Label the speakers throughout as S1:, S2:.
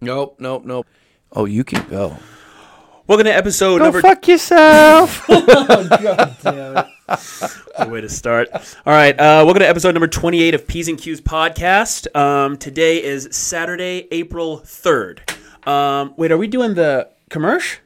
S1: Nope, nope, nope. Oh, you can go.
S2: Welcome to episode
S1: Go
S2: number.
S1: fuck yourself.
S2: Good way to start. All right, uh, welcome to episode number twenty-eight of P's and Q's podcast. Um, today is Saturday, April third. Um, wait, are we doing the commercial?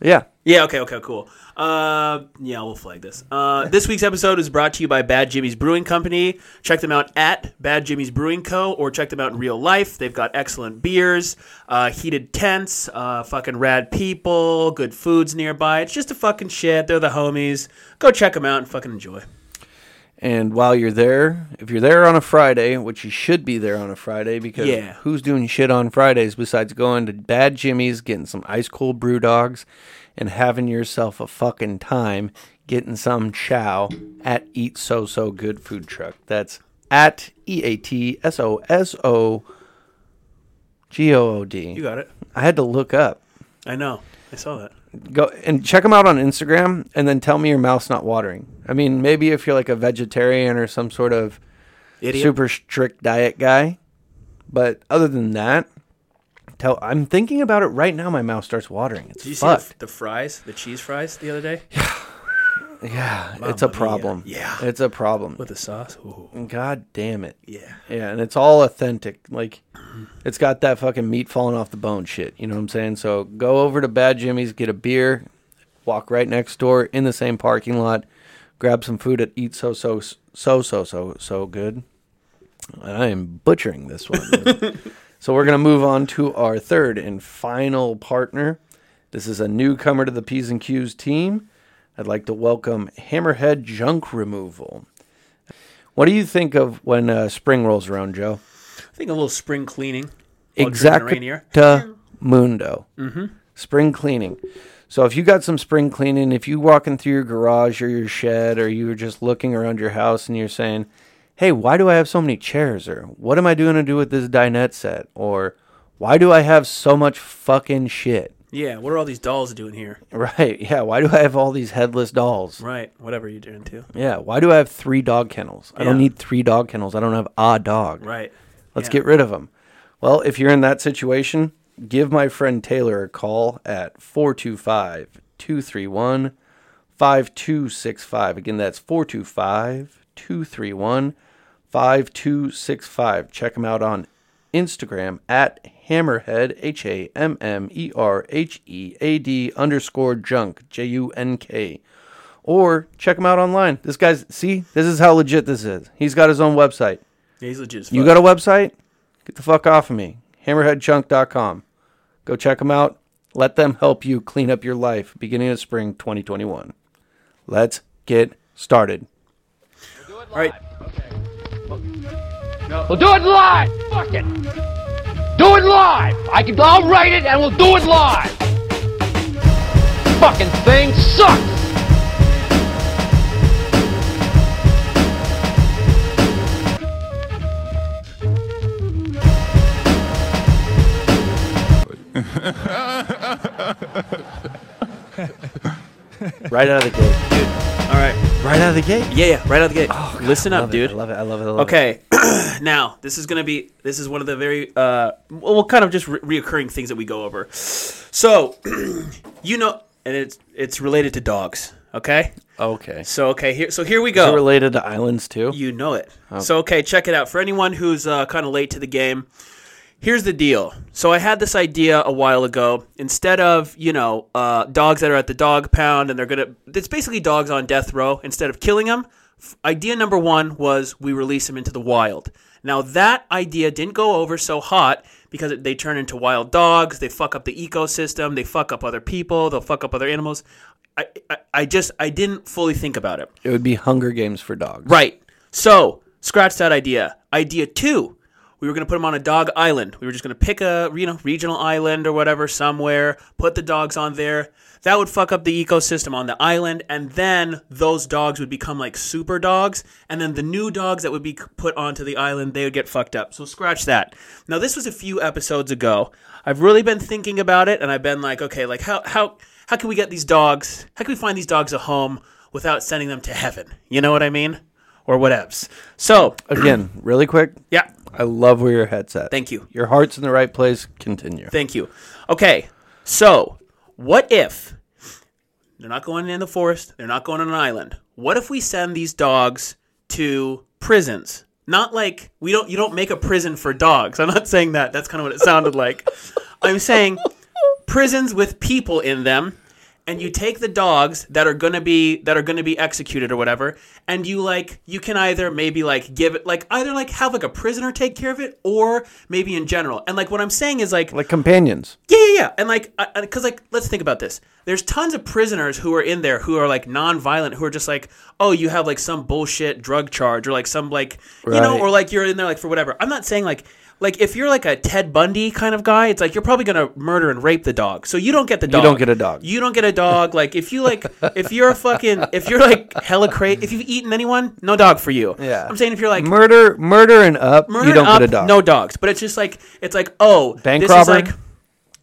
S1: yeah.
S2: Yeah, okay, okay, cool. Uh, yeah, we'll flag this. Uh, this week's episode is brought to you by Bad Jimmy's Brewing Company. Check them out at Bad Jimmy's Brewing Co. or check them out in real life. They've got excellent beers, uh, heated tents, uh, fucking rad people, good foods nearby. It's just a fucking shit. They're the homies. Go check them out and fucking enjoy.
S1: And while you're there, if you're there on a Friday, which you should be there on a Friday because
S2: Yeah.
S1: who's doing shit on Fridays besides going to Bad Jimmy's, getting some ice cold brew dogs, and having yourself a fucking time getting some chow at Eat So So Good Food Truck. That's at E A T S O S O G O O
S2: You
S1: D.
S2: got it.
S1: I had to look up.
S2: I know. I saw that.
S1: go and check them out on Instagram and then tell me your mouth's not watering. I mean, maybe if you're like a vegetarian or some sort of
S2: Idiot.
S1: super strict diet guy, but other than that, tell I'm thinking about it right now my mouth starts watering. It's
S2: Did you see
S1: fucked.
S2: the, the fries, the cheese fries the other day?
S1: yeah, it's a
S2: mia.
S1: problem.
S2: Yeah.
S1: It's a problem.
S2: With the sauce? Ooh,
S1: God damn it.
S2: yeah.
S1: Yeah, and it's all authentic. Like, it's got that fucking meat falling off the bone shit. You know what I'm saying? So go over to Bad Jimmy's, get a beer, walk right next door in the same parking lot, grab some food at Eat So So So So So So Good. And I am butchering this one. so we're gonna move on to our third and final partner. This is a newcomer to the P's and Q's team. I'd like to welcome Hammerhead Junk Removal. What do you think of when uh, spring rolls around, Joe?
S2: I think a little spring cleaning. while it's dripping rain here.
S1: Exacta mundo. Mm-hmm. Spring cleaning. So if you got some spring cleaning, if you walking through your garage or your shed, or you were just looking around your house and you're saying, "Hey, why do I have so many chairs?" or "What am I doing to do with this dinette set?" or "Why do I have so much fucking shit?"
S2: Yeah, what are all these dolls doing here?
S1: Right? Yeah. Why do I have all these headless dolls?
S2: Right, whatever you're doing too.
S1: Yeah. Why do I have three dog kennels? I don't
S2: Yeah.
S1: need three dog kennels. I don't have a dog.
S2: Right.
S1: Let's
S2: Yeah.
S1: get rid of them. Well, if you're in that situation, give my friend Taylor a call at 425 231 5265. Again, that's 425 231 5265. Check him out on Instagram at Hammerhead, H A M M E R H E A D underscore junk, J U N K. Or check him out online. This guy's, see, this is how legit this is. He's got his own website.
S2: Yeah, he's legit. As
S1: You got a website? Get the fuck off of me. Hammerheadjunk.com. Go check them out. Let them help you clean up your life beginning of spring 2021. Let's get started.
S2: All right.
S3: We'll do it live. Fuck it. Do it live. I can. I'll write it, and we'll do it live. Fucking thing sucks.
S1: Right out of the gate.
S2: All right.
S1: Right out of the gate.
S2: Yeah, yeah. Right out the gate. Listen
S1: Oh, I
S2: up,
S1: love
S2: dude.
S1: It. I love it. I love it. I love it.
S2: Okay, now this is gonna be this is one of the very uh well kind of just re- reoccurring things that we go over. So you know, and it's it's related to dogs. Okay,
S1: Okay.
S2: so okay here so here we
S1: Is it
S2: go.
S1: related to islands too?
S2: You know it. So okay, check it out. For anyone who's uh, kind of late to the game, here's the deal. So I had this idea a while ago. Instead of you know uh, dogs that are at the dog pound and they're gonna, it's basically dogs on death row. Instead of killing them, idea number one was we release them into the wild. Now that idea didn't go over so hot because they turn into wild dogs. They fuck up the ecosystem. They fuck up other people. They'll fuck up other animals. I, I, I just I didn't fully think about it.
S1: It would be Hunger Games for dogs.
S2: Right. So, scratch that idea. Idea two, we were going to put them on a dog island. We were just going to pick a you know regional island or whatever somewhere, put the dogs on there. That would fuck up the ecosystem on the island, and then those dogs would become like super dogs, and then the new dogs that would be c- put onto the island they would get fucked up. So scratch that. Now this was a few episodes ago. I've really been thinking about it, and I've been like, okay, like how how how can we get these dogs? How can we find these dogs a home without sending them to heaven? You know what I mean? Or whatevs. So
S1: Again, really quick.
S2: yeah.
S1: I love where your head's at.
S2: Thank you.
S1: Your heart's in the right place. Continue.
S2: Thank you. Okay, so what if they're not going in the forest? They're not going on an island. What if we send these dogs to prisons? Not like we don't. You don't make a prison for dogs. I'm not saying that. That's kind of what it sounded like. I'm saying prisons with people in them, and you take the dogs that are gonna be that are gonna be executed or whatever, and you like you can either maybe like give it like either like have like a prisoner take care of it or maybe in general. And like what I'm saying is like
S1: Like companions.
S2: yeah, yeah, yeah. And like, because like, let's think about this. There's tons of prisoners who are in there who are like nonviolent, who are just like, oh, you have like some bullshit drug charge or like some like, you know,
S1: Right.
S2: or like you're in there like for whatever. I'm not saying like, like if you're like a Ted Bundy kind of guy, it's like you're probably gonna murder and rape the dog. So you don't get the dog.
S1: don't get a dog.
S2: You don't get a dog. Like if you like, if you're a fucking, if you're like hella crazy, if you've eaten anyone, no dog for you.
S1: Yeah.
S2: I'm saying if you're like
S1: Murder, murder, and up. you
S2: murdering
S1: don't
S2: up,
S1: get a dog.
S2: no dogs. But it's just like it's like oh,
S1: Bank
S2: this
S1: robber?
S2: is like.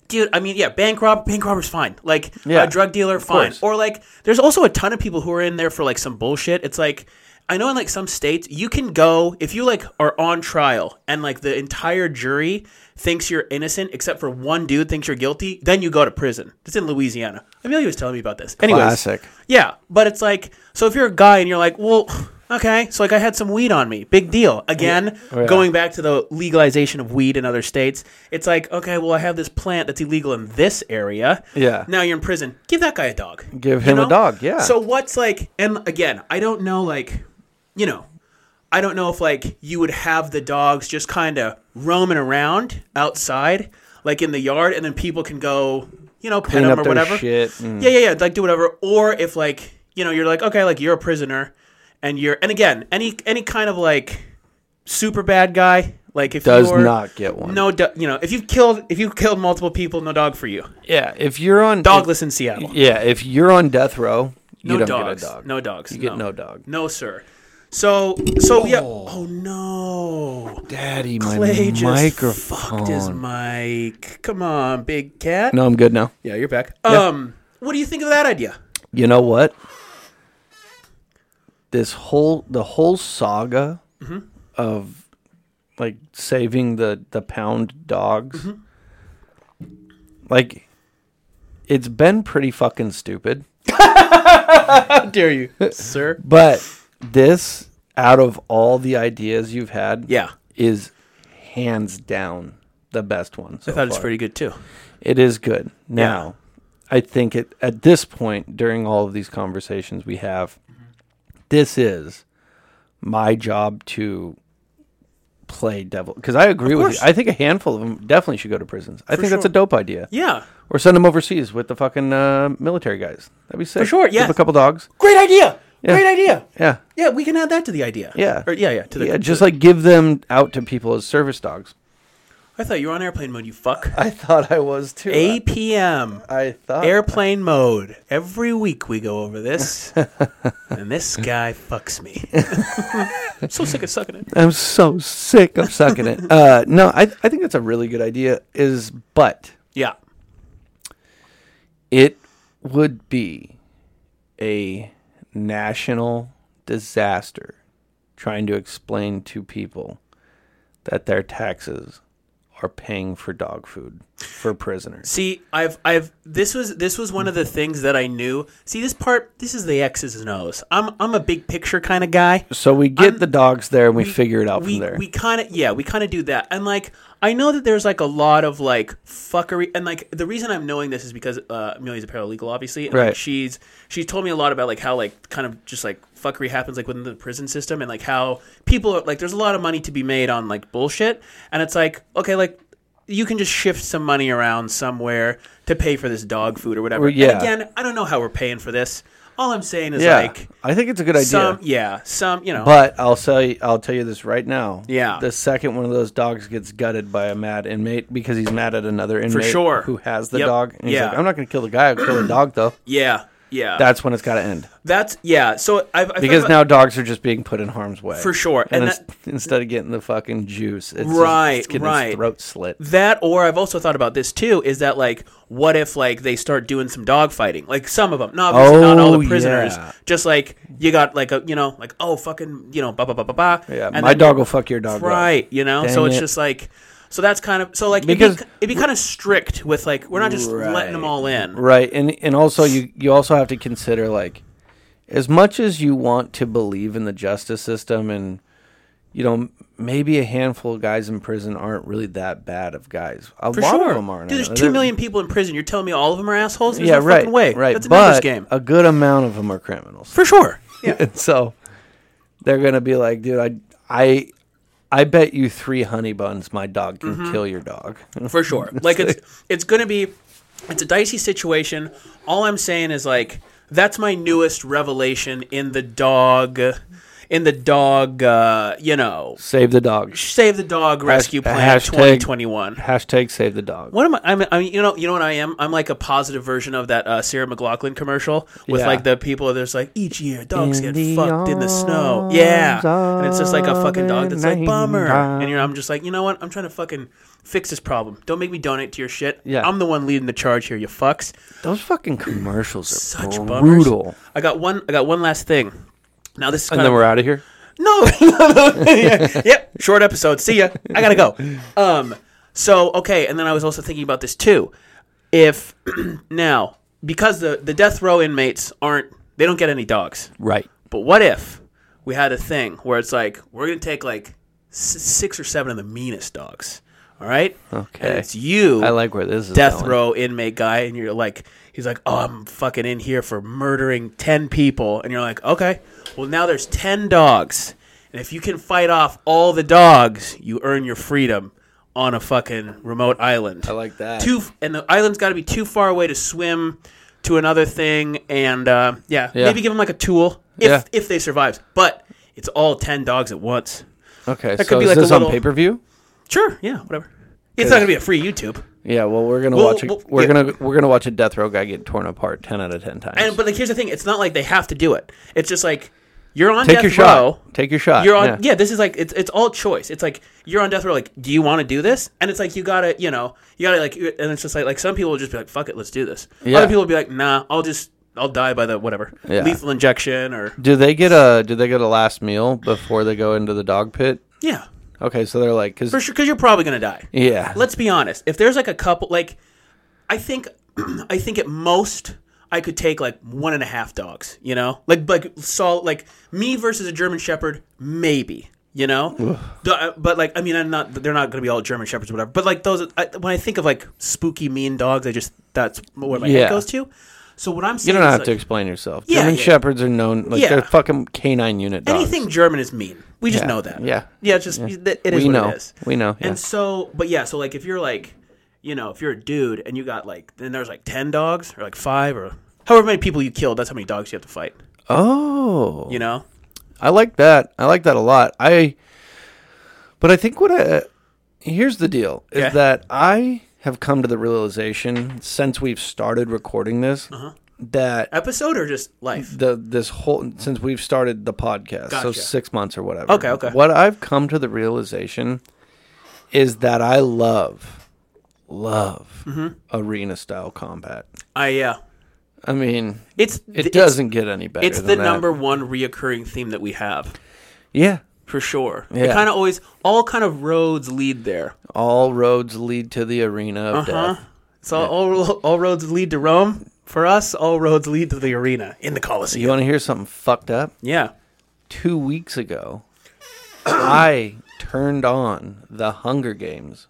S2: Dude, I mean, yeah, bank rob, bank robber's fine. Like,
S1: Yeah,
S2: a drug dealer, fine.
S1: course.
S2: Or like, there's also a ton of people who are in there for like some bullshit. It's like, I know in like some states, you can go if you like are on trial and like the entire jury thinks you're innocent except for one dude thinks you're guilty, then you go to prison. It's in Louisiana. Amelia was telling me about this. Anyways,
S1: Classic.
S2: yeah, but it's like so if you're a guy and you're like, well, okay, so like I had some weed on me, big deal. Again,
S1: Oh, yeah.
S2: going back to the legalization of weed in other states, it's like okay, well I have this plant that's illegal in this area.
S1: Yeah.
S2: Now you're in prison. Give that guy a dog.
S1: Give him a dog, yeah.
S2: So what's like? And again, I don't know. Like, you know, I don't know if like you would have the dogs just kind of roaming around outside, like in the yard, and then people can go, you know, pet
S1: Clean
S2: them
S1: up
S2: or
S1: their
S2: whatever.
S1: shit and-
S2: Yeah, yeah, yeah. Like do whatever. Or if like you know you're like okay, like you're a prisoner, and you're and again any any kind of like super bad guy. Like if
S1: Does
S2: you're-
S1: not get one.
S2: No, do, you know if you've killed if you've killed multiple people, no dog for you.
S1: Yeah. If you're on
S2: Dogless in Seattle.
S1: yeah. If you're on death row, you
S2: No
S1: don't
S2: dogs.
S1: get a dog.
S2: No dogs. You
S1: get no dog.
S2: No, sir. So so yeah. Oh no.
S1: Daddy, my
S2: Clay just fucked his
S1: microphone.
S2: mic. Come on, big cat.
S1: No, I'm good now.
S2: Yeah, you're back. Um, what do you think of that idea?
S1: you know what this whole the whole saga
S2: Mm-hmm.
S1: of like saving the the pound dogs
S2: Mm-hmm.
S1: like it's been pretty fucking stupid
S2: How dare you, sir?
S1: but this out of all the ideas you've had
S2: Yeah.
S1: is hands down the best one so
S2: I thought it's
S1: far.
S2: pretty good too.
S1: It is good. Now, I think it, at this point, during all of these conversations we have, this is my job to play devil. Because I agree with
S2: course.
S1: you. I think a handful of them definitely should go to prisons. I think that's a
S2: sure.
S1: dope idea.
S2: Yeah.
S1: Or send them overseas with the fucking uh, military guys. That'd be sick.
S2: sure,
S1: Give
S2: yes.
S1: a couple dogs.
S2: Great idea. Great idea.
S1: Yeah.
S2: Yeah, we can add that to the idea.
S1: Yeah.
S2: Or, yeah, yeah. To the,
S1: yeah, just like give them out to people as service dogs.
S2: I thought you were on airplane mode. You fuck.
S1: I thought I was too.
S2: 8 p.m.
S1: I thought.
S2: airplane mode. Every week we go over this, and this guy fucks me. I'm so sick of sucking it.
S1: I'm so sick of sucking it. Uh, no, I, I think that's a really good idea. Is but
S2: Yeah.
S1: it would be a national disaster trying to explain to people that their taxes are paying for dog food for prisoners.
S2: See, I've, I've, this was, this was one of the things that I knew. See, this part, this is the X's and O's. I'm, I'm a big picture kind of guy.
S1: So we get the dogs there and we, figure it out
S2: we
S1: from there.
S2: we kind of yeah we kind of do that and like i know that there's like a lot of like fuckery and like the reason i'm knowing this is because uh amelia's a paralegal obviously and, like,
S1: Right.
S2: she's she's told me a lot about like how like kind of just like fuckery happens like within the prison system and like how people are like there's a lot of money to be made on like bullshit and it's like okay like you can just shift some money around somewhere to pay for this dog food or whatever.
S1: Well, yeah.
S2: And again, I don't know how we're paying for this. All I'm saying is
S1: yeah,
S2: like
S1: I think it's a good idea.
S2: some, yeah, some, you know,
S1: But I'll tell you, I'll tell you this right now.
S2: Yeah.
S1: the second one of those dogs gets gutted by a mad inmate because he's mad at another inmate
S2: sure.
S1: who has the
S2: Yep.
S1: dog. And he's
S2: Yeah.
S1: like, I'm not going to kill the guy. I'll kill the dog though.
S2: yeah. Yeah.
S1: That's when it's got to end
S2: That's yeah. So I've, I've
S1: because
S2: about,
S1: now dogs are just being put in harm's way
S2: For sure.
S1: And,
S2: And
S1: ins- instead of getting the fucking juice, it's
S2: Right,
S1: just, it's getting
S2: right.
S1: its throat slit.
S2: that, or I've also thought about this too. Is that like, what if like they start doing some dog fighting? Like some of them, not obviously not all
S1: Oh,
S2: the prisoners.
S1: yeah.
S2: Just like you got like a you know like oh fucking you know ba ba ba ba ba.
S1: Yeah,
S2: and
S1: my
S2: then
S1: dog
S2: you're-
S1: will fuck your dog. up.
S2: Right, you know.
S1: Dang
S2: so it's
S1: it.
S2: just like. So that's kind of so like
S1: Because-
S2: it'd be, it'd be kind of strict with like we're not just letting them
S1: Right.
S2: all in.
S1: right and and also you you also have to consider like as much as you want to believe in the justice system and you know m- maybe a handful of guys in prison aren't really that bad of guys a
S2: For
S1: lot
S2: sure,
S1: of them aren't
S2: dude. There's
S1: They're-
S2: two million people in prison. You're telling me all of them are assholes? There's
S1: yeah
S2: no
S1: right
S2: fucking way.
S1: right
S2: That's a
S1: but uh,
S2: numbers game.
S1: a good amount of them are criminals
S2: For sure.
S1: and so they're gonna be like dude i i I bet you three honey buns my dog can
S2: Mm-hmm.
S1: kill your dog.
S2: for sure. Like it's it's gonna be it's a dicey situation. All I'm saying is like that's my newest revelation in the dog in the dog uh, you know
S1: Save the dog.
S2: save the dog rescue plan
S1: hashtag-
S2: 2021.
S1: Hashtag save the dog.
S2: What am I? I'm, I'm you know you know what I am. I'm like a positive version of that uh, Sarah McLaughlin commercial with
S1: Yeah.
S2: like the people. There's like each year dogs
S1: In
S2: get
S1: the
S2: fucked in the snow.
S1: arms
S2: Yeah, and it's just like a fucking dog
S1: of
S2: that's
S1: a
S2: like bummer.
S1: nightingale.
S2: And you know I'm just like you know what? I'm trying to fucking fix this problem. Don't make me donate to your shit.
S1: Yeah.
S2: I'm the one leading the charge here. You fucks.
S1: Those fucking commercials are
S2: Such bummers.
S1: brutal.
S2: I got one. I got one last thing. Now this is kind
S1: And then
S2: of
S1: we're out of here.
S2: No. Yeah. Yep. Short episode. See ya. I gotta go. Um. So okay, and then I was also thinking about this too. If now because the the death row inmates aren't they don't get any dogs,
S1: Right.
S2: but what if we had a thing where it's like we're gonna take like s- six or seven of the meanest dogs. All right.
S1: Okay.
S2: And it's you.
S1: I like where this is.
S2: Death
S1: going.
S2: row inmate guy, and you're like, he's like, oh, I'm fucking in here for murdering 10 people. And you're like, okay, well, now there's 10 dogs. And if you can fight off all the dogs, you earn your freedom on a fucking remote island. I
S1: like that.
S2: Too, and the island's got to be too far away to swim to another thing. And uh, yeah,
S1: Yeah.
S2: maybe give them like a tool if,
S1: Yeah.
S2: if they survive. But it's all 10 dogs at once.
S1: Okay,
S2: That
S1: so
S2: could be
S1: is
S2: like a
S1: this
S2: little-
S1: on pay per view?
S2: Sure, yeah, whatever. It's not going to be a free YouTube.
S1: Yeah. Well, we're gonna
S2: Well,
S1: watch. A,
S2: well,
S1: we're
S2: yeah.
S1: gonna we're gonna watch a death row guy get torn apart ten out of ten times.
S2: And but like here's the thing, it's not like they have to do it. It's just like you're on
S1: Take
S2: death
S1: your shot.
S2: row.
S1: Take your shot.
S2: You're on yeah.
S1: Yeah.
S2: this is like it's it's all choice. It's like you're on death row like do you want to do this? And it's like you got to, you know, you got to like and it's just like like some people will just be like fuck it, let's do this.
S1: Yeah.
S2: Other people will be like nah, I'll just I'll die by the whatever.
S1: Yeah.
S2: Lethal injection or
S1: do they get a Do they get a last meal before they go into the dog pit?
S2: yeah.
S1: Okay, so they're like,
S2: For
S1: because
S2: sure cuz you're probably going to die.
S1: yeah,
S2: Let's be honest. If there's like a couple like I think I think at most I could take like one and a half dogs, you know? Like like sol like me versus a German shepherd maybe, you know? Do- uh, but like I mean I'm not they're not going to be all German shepherds or whatever. But like those I, when I think of like spooky mean dogs, I just that's where my
S1: Yeah.
S2: head goes to. So what I'm saying
S1: you don't
S2: is
S1: have
S2: like,
S1: to explain yourself.
S2: Yeah,
S1: German
S2: yeah.
S1: shepherds are known like
S2: Yeah.
S1: they're fucking canine unit dogs.
S2: anything German is mean. We just
S1: Yeah.
S2: know that.
S1: Yeah.
S2: Yeah, it's just that it is
S1: We
S2: what
S1: know.
S2: it is.
S1: We know, yeah.
S2: And so, but yeah, so like if you're like, you know, if you're a dude and you got like, then there's like 10 dogs or like five or however many people you killed, that's how many dogs you have to fight,
S1: Oh,
S2: you know?
S1: I like that. I like that a lot. I, but I think what I, here's the deal is
S2: Yeah.
S1: that I have come to the realization since we've started recording this
S2: Uh-huh.
S1: that
S2: Episode or just life?
S1: the this whole since we've started the podcast, so
S2: Gotcha.
S1: six months or whatever.
S2: Okay, okay.
S1: What I've come to the realization is that I love love
S2: Mm-hmm.
S1: arena style combat.
S2: I, yeah.
S1: I mean,
S2: It's,
S1: it
S2: it's-
S1: doesn't get any better.
S2: It's,
S1: than
S2: the
S1: that.
S2: number one reoccurring theme that we have.
S1: Yeah,
S2: For sure, it
S1: Yeah.
S2: kind of always all kind of roads lead there.
S1: all roads lead to the arena of
S2: Huh?
S1: death.
S2: So all all roads lead to Rome. For us, all roads lead to the arena in the Colosseum.
S1: You want to hear something fucked up?
S2: yeah,
S1: Two weeks ago, I turned on The Hunger Games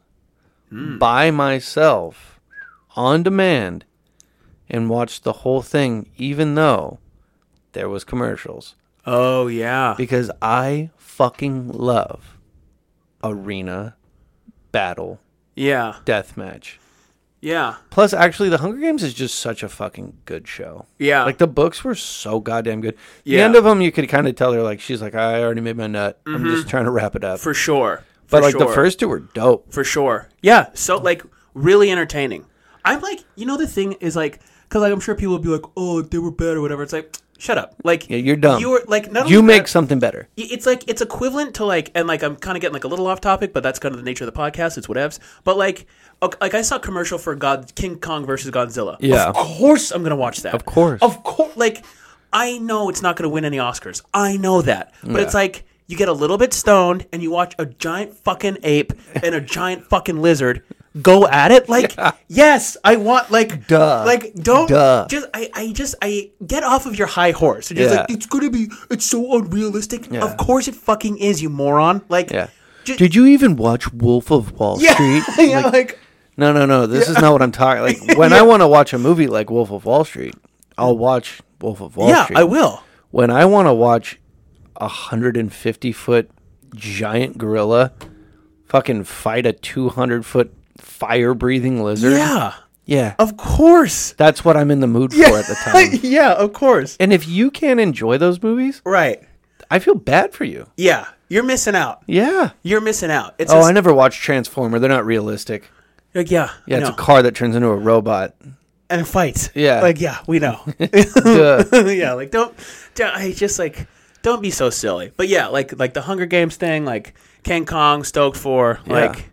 S1: by myself on demand and watched the whole thing, even though there was commercials,
S2: Oh yeah.
S1: because I fucking love arena battle
S2: Yeah.
S1: deathmatch.
S2: Yeah.
S1: Plus, actually, The Hunger Games is just such a fucking good show.
S2: Yeah.
S1: Like, the books were so goddamn good. The
S2: Yeah.
S1: end of them, you could kind of tell they're like, she's like, I already made my nut. I'm just trying to wrap it up.
S2: Mm-hmm. For sure.
S1: but,
S2: For
S1: like, the
S2: sure.
S1: first two were dope.
S2: For sure. Yeah. So like really entertaining. I'm like, you know the thing is like Because like I'm sure people will be like, oh, they were bad or whatever. It's like, shut up. Like
S1: Yeah, you're dumb.
S2: You're like not only
S1: You make
S2: that-
S1: something better.
S2: Y- it's like it's equivalent to like and like I'm kind of getting like a little off topic, but that's kind of the nature of the podcast. It's whatevs. But like, ok- like I saw a commercial for God King Kong versus Godzilla.
S1: Yeah.
S2: of course I'm gonna watch that. Of
S1: course.
S2: of course. Like I know it's not gonna win any Oscars. I know that, but it's like you get a little bit stoned and you watch a giant fucking ape and a giant fucking lizard go at it. Like yes, I want like
S1: Duh.
S2: Like don't
S1: Duh.
S2: just I I just I get off of your high horse. You're just
S1: Yeah.
S2: like it's gonna be it's so unrealistic.
S1: Yeah.
S2: Of course it fucking is, you moron. Like
S1: Yeah.
S2: ju-
S1: Did you even watch Wolf of Wall
S2: yeah,
S1: Street?
S2: yeah, like,
S1: No, no, no. This is not what I'm talking. Like when I want to watch a movie like Wolf of Wall Street, I'll watch Wolf of Wall
S2: yeah,
S1: Street.
S2: I will.
S1: When I want to watch a hundred and fifty foot giant gorilla fucking fight a two hundred foot fire breathing lizard,
S2: Yeah.
S1: yeah,
S2: Of course.
S1: that's what I'm in the mood for at the time.
S2: yeah, of course.
S1: and if you can't enjoy those movies,
S2: Right.
S1: I feel bad for you.
S2: Yeah. You're missing out.
S1: Yeah.
S2: You're missing out. It's
S1: Oh,
S2: just,
S1: I never watched Transformer. They're not realistic.
S2: like yeah.
S1: Yeah,
S2: I
S1: it's
S2: know.
S1: a car that turns into a robot.
S2: and it fights.
S1: Yeah.
S2: Like yeah, we know.
S1: Duh.
S2: yeah, like don't, don't I just like don't be so silly. But yeah, like like the Hunger Games thing, like King Kong, Stoked for, like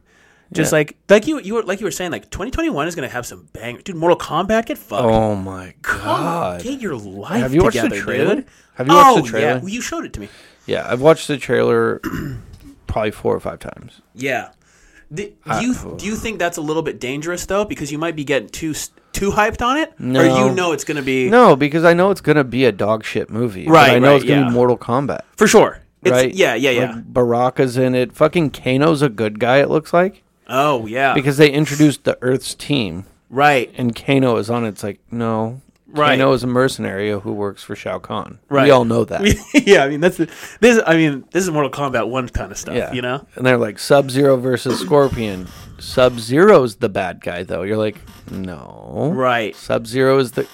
S2: just like like you you were like you were saying, like twenty twenty one is gonna have some bangers. Dude, Mortal Kombat, get fucked.
S1: Oh my
S2: Come on,
S1: god.
S2: get your life
S1: Have you watched the
S2: together,
S1: trailer?
S2: dude.
S1: Have you watched
S2: oh,
S1: the trailer?
S2: Yeah, you showed it to me.
S1: Yeah, I've watched the trailer probably four or five times.
S2: Yeah. The, do you do you think that's a little bit dangerous though? Because you might be getting too s- too hyped on it,
S1: No.
S2: or you know it's gonna be
S1: No, because I know it's gonna be a dog shit movie. but
S2: Right,
S1: I know
S2: right,
S1: it's gonna
S2: yeah.
S1: be Mortal Kombat.
S2: for sure. It's,
S1: right?
S2: Yeah, yeah, yeah.
S1: Like, Baraka's in it. Fucking Kano's a good guy. It looks like
S2: oh, yeah.
S1: because they introduced the Earth's team,
S2: right.
S1: and Kano is on. it. It's like no,
S2: Right.
S1: Kano is a mercenary who works for Shao Kahn.
S2: Right.
S1: We all know that.
S2: yeah, I mean that's the, this. I mean this is Mortal Kombat one kind of stuff.
S1: yeah,
S2: You know,
S1: And they're like Sub Zero versus Scorpion. Sub Zero's the bad guy though. You're like no,
S2: Right.
S1: Sub Zero is the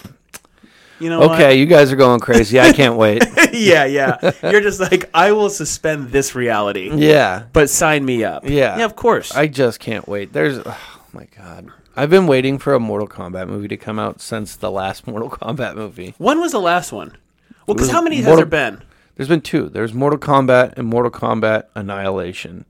S2: you know. what?
S1: Okay, you guys are going crazy. I can't wait.
S2: yeah, yeah. You're just like I will suspend this reality,
S1: Yeah.
S2: but sign me up.
S1: Yeah.
S2: Yeah, of course.
S1: I just can't wait. There's oh my god. I've been waiting for a Mortal Kombat movie to come out since the last Mortal Kombat movie.
S2: when was the last one? Well, because
S1: was
S2: how many has
S1: Mm, Mortal-
S2: there been?
S1: There's been two. There's Mortal Kombat and Mortal Kombat Annihilation.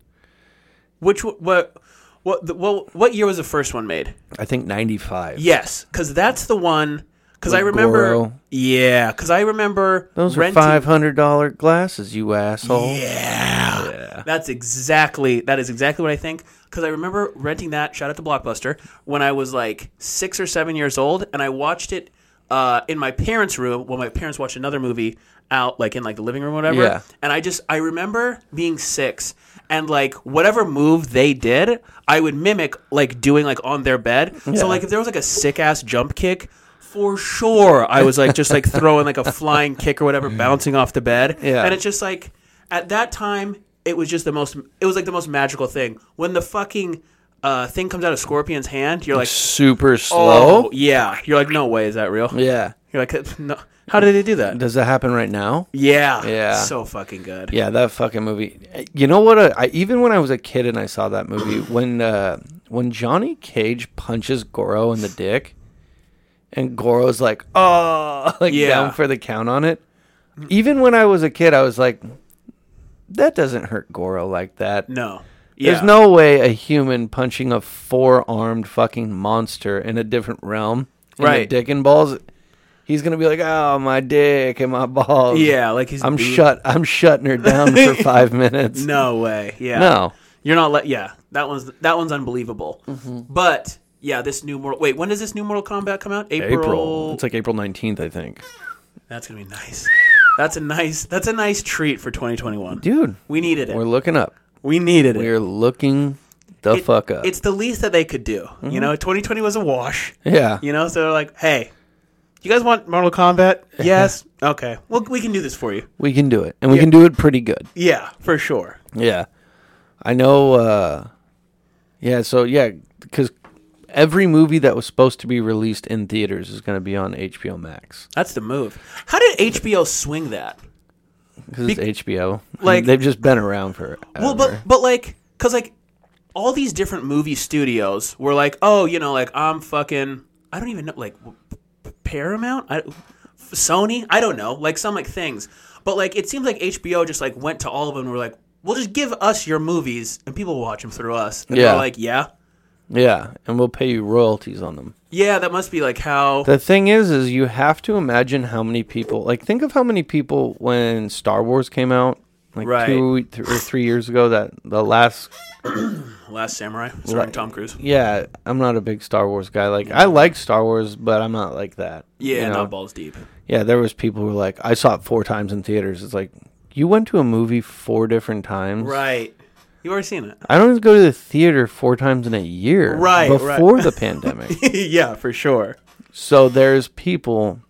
S2: Which one- what what the, well, what year was the first one made?
S1: I think 95.
S2: Yes, because that's the one. Because I
S1: With
S2: remember.
S1: Goro.
S2: Yeah, because I remember
S1: Those
S2: renting.
S1: are $500 glasses, you asshole.
S2: Yeah. That's exactly that is exactly what I think cuz I remember renting that shout out to Blockbuster when I was like 6 or 7 years old and I watched it uh, in my parents' room while my parents watched another movie out like in like the living room or whatever
S1: Yeah.
S2: and I just I remember being 6 and like whatever move they did I would mimic like doing like on their bed so like if there was like a sick ass jump kick for sure I was like just like throwing like a flying kick or whatever bouncing off the bed
S1: Mm. Yeah.
S2: and it's just like at that time it was just the most it was like the most magical thing when the fucking uh, thing comes out of scorpion's hand you're like
S1: Super slow.
S2: oh yeah you're like no way is that real
S1: Yeah.
S2: you're like no how did they do that
S1: Does that happen right now?
S2: yeah
S1: Yeah.
S2: so fucking good
S1: Yeah, that fucking movie. You know what? uh, I, even when I was a kid and I saw that movie, when uh, when Johnny Cage punches Goro in the dick, and Goro's like, "Oh, like
S2: Yeah.
S1: down for the count on it." Even when I was a kid, I was like, "That doesn't hurt Goro like that."
S2: no yeah.
S1: There's no way a human punching a four-armed fucking monster in a different realm, in the
S2: Right.
S1: Dick and balls. He's gonna be like, "Oh, my dick and my balls."
S2: yeah like his
S1: I'm
S2: boob-
S1: shut. I'm shutting her down for five minutes.
S2: no way yeah
S1: No.
S2: you're not let yeah that one's that one's unbelievable
S1: Mm-hmm.
S2: but yeah this new mortal wait when does this new mortal kombat come out april,
S1: It's like April nineteenth, I think.
S2: that's gonna be nice that's a nice that's a nice treat for 2021
S1: Dude,
S2: we needed it
S1: we're looking up.
S2: we needed it
S1: We're looking the
S2: it-
S1: fuck up. Mm-hmm.
S2: It's the least that they could do. You know, 2020 was a wash.
S1: yeah.
S2: You know, so they're like, hey, you guys want Mortal Kombat? Yes. okay. Well, we can do this for you.
S1: We can do it, and we can do it pretty good.
S2: Yeah, for sure.
S1: Yeah. I know. uh Yeah. So yeah, because every movie that was supposed to be released in theaters is going to be on HBO Max
S2: That's the move. How did HBO swing that?
S1: because it's HBO.
S2: like-
S1: they've just been around for.
S2: Well, but but like, cause like, all these different movie studios were like, oh, you know, like I'm fucking, I don't even know, like, w- p- Paramount, I, Sony. I don't know, like some like things. But like it seems like HBO just like went to all of them and were like, "We'll just give us your movies and people will watch them through us." And
S1: Yeah.
S2: they're like, "Yeah,
S1: Yeah, and we'll pay you royalties on them.
S2: yeah, that must be like how."
S1: The thing is, is you have to imagine how many people. Like, think of how many people when Star Wars came out, like
S2: Right.
S1: two th- or three years ago. That the last,
S2: Last Samurai starring Tom Cruise.
S1: yeah, I'm not a big Star Wars guy. Like, I like Star Wars, but I'm not like that.
S2: Yeah,
S1: you know?
S2: not balls deep.
S1: yeah. There was people who were like, I saw it four times in theaters. It's like you went to a movie four different times.
S2: Right. You already seen it.
S1: I don't even go to the theater four times in a year.
S2: Right, right.
S1: Before the pandemic.
S2: yeah, for sure.
S1: So there's people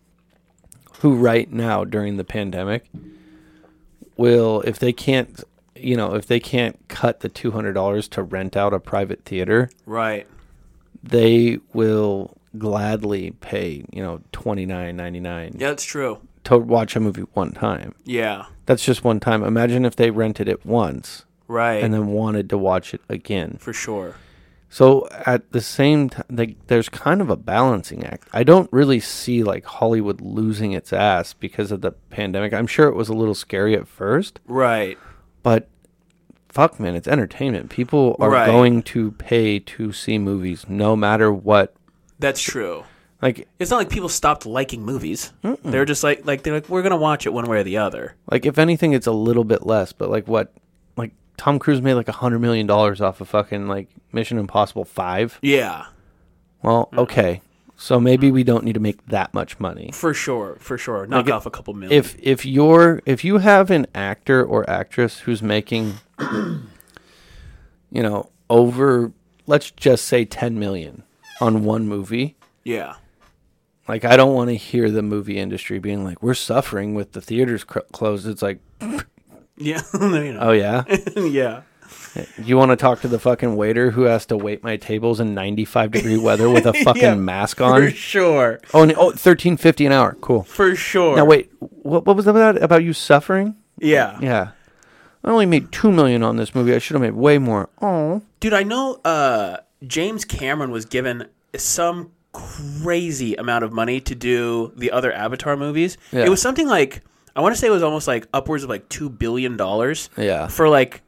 S1: who right now during the pandemic will if they can't you know, if they can't cut the two hundred dollars to rent out a private theater,
S2: Right.
S1: they will gladly pay, you know, twenty nine ninety nine
S2: Yeah, that's true.
S1: to watch a movie one time.
S2: Yeah.
S1: That's just one time. Imagine if they rented it once
S2: Right.
S1: and then wanted to watch it again.
S2: for sure.
S1: So at the same time, like, there's kind of a balancing act. I don't really see like Hollywood losing its ass because of the pandemic. I'm sure it was a little scary at first,
S2: Right.
S1: but fuck, man, it's entertainment. People are
S2: Right.
S1: going to pay to see movies no matter what.
S2: That's true.
S1: Like,
S2: It's not like people stopped liking movies. They're just like like they're like we're gonna watch it one way or the other.
S1: like if anything, it's a little bit less. But like what, like Tom Cruise made like a hundred million dollars off of fucking like Mission Impossible Five.
S2: Yeah,
S1: Well,
S2: Mm-hmm.
S1: okay, so maybe we don't need to make that much money.
S2: for sure, for sure. Knock off a couple million.
S1: if if you're if you have an actor or actress who's making you know over let's just say 10 million on one movie
S2: yeah,
S1: like i don't want to hear the movie industry being like we're suffering with the theaters cr- closed it's like
S2: yeah, you know.
S1: oh yeah
S2: yeah,
S1: you want to talk to the fucking waiter who has to wait my tables in 95 degree weather with a fucking
S2: Yeah,
S1: mask
S2: for
S1: on
S2: sure,
S1: oh and, oh 1350 an hour cool
S2: for sure.
S1: now wait what, what was that about you suffering
S2: yeah.
S1: Yeah. I only made two million on this movie. I should have made way more. Oh.
S2: dude, I know. Uh, James Cameron was given some crazy amount of money to do the other Avatar movies.
S1: Yeah.
S2: It was something like I want to say it was almost like upwards of like two billion dollars.
S1: Yeah.
S2: for like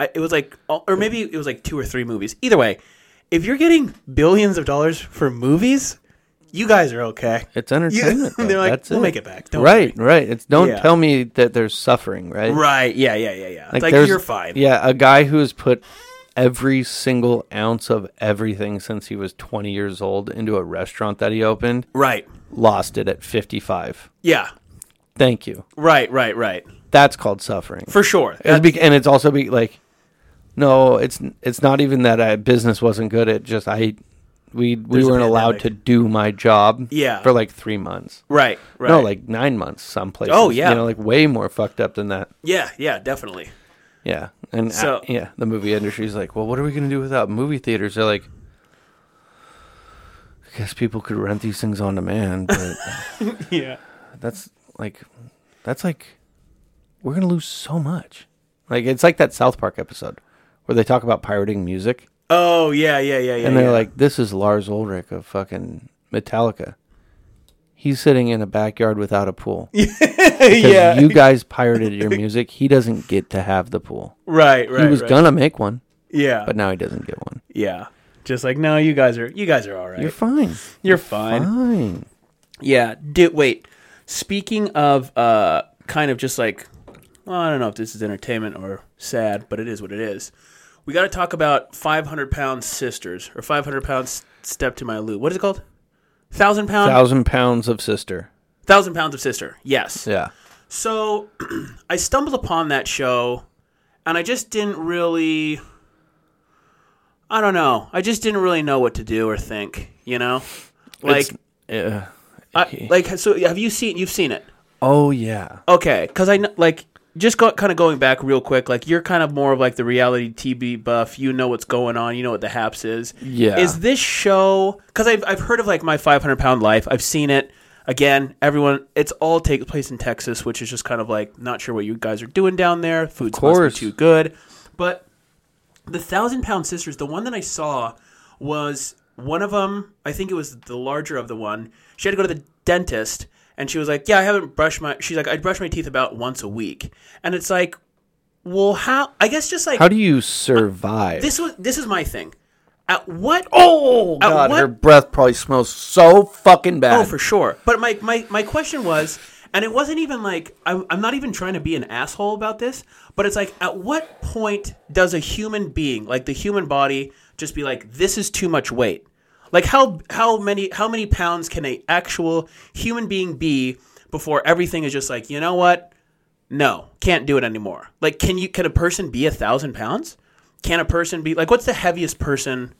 S2: I- it was like uh, or maybe it was like two or three movies either way if you're getting billions of dollars for movies you guys are okay
S1: It's
S2: You-
S1: entertainment. though.
S2: they're like
S1: That's
S2: we'll
S1: it.
S2: make it back don't
S1: right,
S2: worry."
S1: right. It's don't
S2: Yeah.
S1: tell me that there's suffering, right?
S2: right yeah yeah yeah yeah like,
S1: there's-
S2: you're fine
S1: Yeah, a guy who has put every single ounce of everything since he was 20 years old into a restaurant that he opened
S2: right
S1: lost it at 55.
S2: yeah
S1: Thank you.
S2: right right right
S1: That's called suffering.
S2: for sure
S1: It's be- and it's also be like, no, it's it's not even that I business wasn't good. It just I we we
S2: There's a
S1: weren't allowed
S2: pandemic.
S1: to do my job.
S2: Yeah.
S1: for like three months.
S2: right right
S1: No, like nine months. Some places.
S2: Oh, yeah.
S1: you know, like way more fucked up than that.
S2: yeah yeah definitely
S1: Yeah, and I-
S2: So-
S1: yeah, the movie industry's like, well, what are we gonna do without movie theaters? They're like. I guess people could rent these things on demand, but
S2: yeah
S1: that's like, that's like, we're gonna lose so much. Like it's like that South Park episode where they talk about pirating music.
S2: oh yeah yeah yeah yeah
S1: and they're
S2: yeah.
S1: like, "This is Lars Ulrich of fucking Metallica. He's sitting in a backyard without a pool. Yeah,
S2: yeah
S1: you guys pirated your music. He doesn't get to have the pool.
S2: right right
S1: He was
S2: right.
S1: gonna make one,
S2: yeah
S1: but now he doesn't get one.
S2: yeah just like no you guys are you guys are all right
S1: You're fine,
S2: You're fine
S1: fine.
S2: Yeah. Dude, wait. Speaking of uh, kind of just like, well, I don't know if this is entertainment or sad, but it is what it is. We got to talk about 500 pound sisters or 500 pound s- step to my loo. What is it called? Thousand pound? Thousand,
S1: Thousand pounds of sister.
S2: pounds of sister. Yes.
S1: Yeah,
S2: So I stumbled upon that show and I just didn't really. I don't know. I just didn't really know what to do or think, you know? Like,
S1: It's- uh,
S2: I, like, so have you seen, you've seen it?
S1: oh yeah,
S2: Okay, because I kn- like just go, kind of going back real quick. Like you're kind of more of like the reality TV buff. You know what's going on. You know what the haps is.
S1: Yeah.
S2: Is this show? Because I've I've heard of like my 500 pound life. I've seen it. Again, everyone, it's all takes place in Texas, which is just kind of like not sure what you guys are doing down there. Food's must
S1: course.
S2: be too good, but the thousand pound sisters, the one that I saw was One of them, I think it was the larger of the one, she had to go to the dentist and she was like, Yeah, I haven't brushed my. She's like, I brush my teeth about once a week. And it's like, Well, how? I guess just like.
S1: How do you survive?
S2: this was this is my thing. At what?
S1: oh
S2: at
S1: God,
S2: what-
S1: her breath probably smells so fucking bad.
S2: Oh, for sure. But my, my, my question was, and it wasn't even like, I'm, I'm not even trying to be an asshole about this, but it's like, at what point does a human being, like the human body, just be like, this is too much weight? Like how how many how many pounds can a actual human being be before everything is just like you know what no can't do it anymore like can you can a person be a thousand pounds can a person be like what's the heaviest person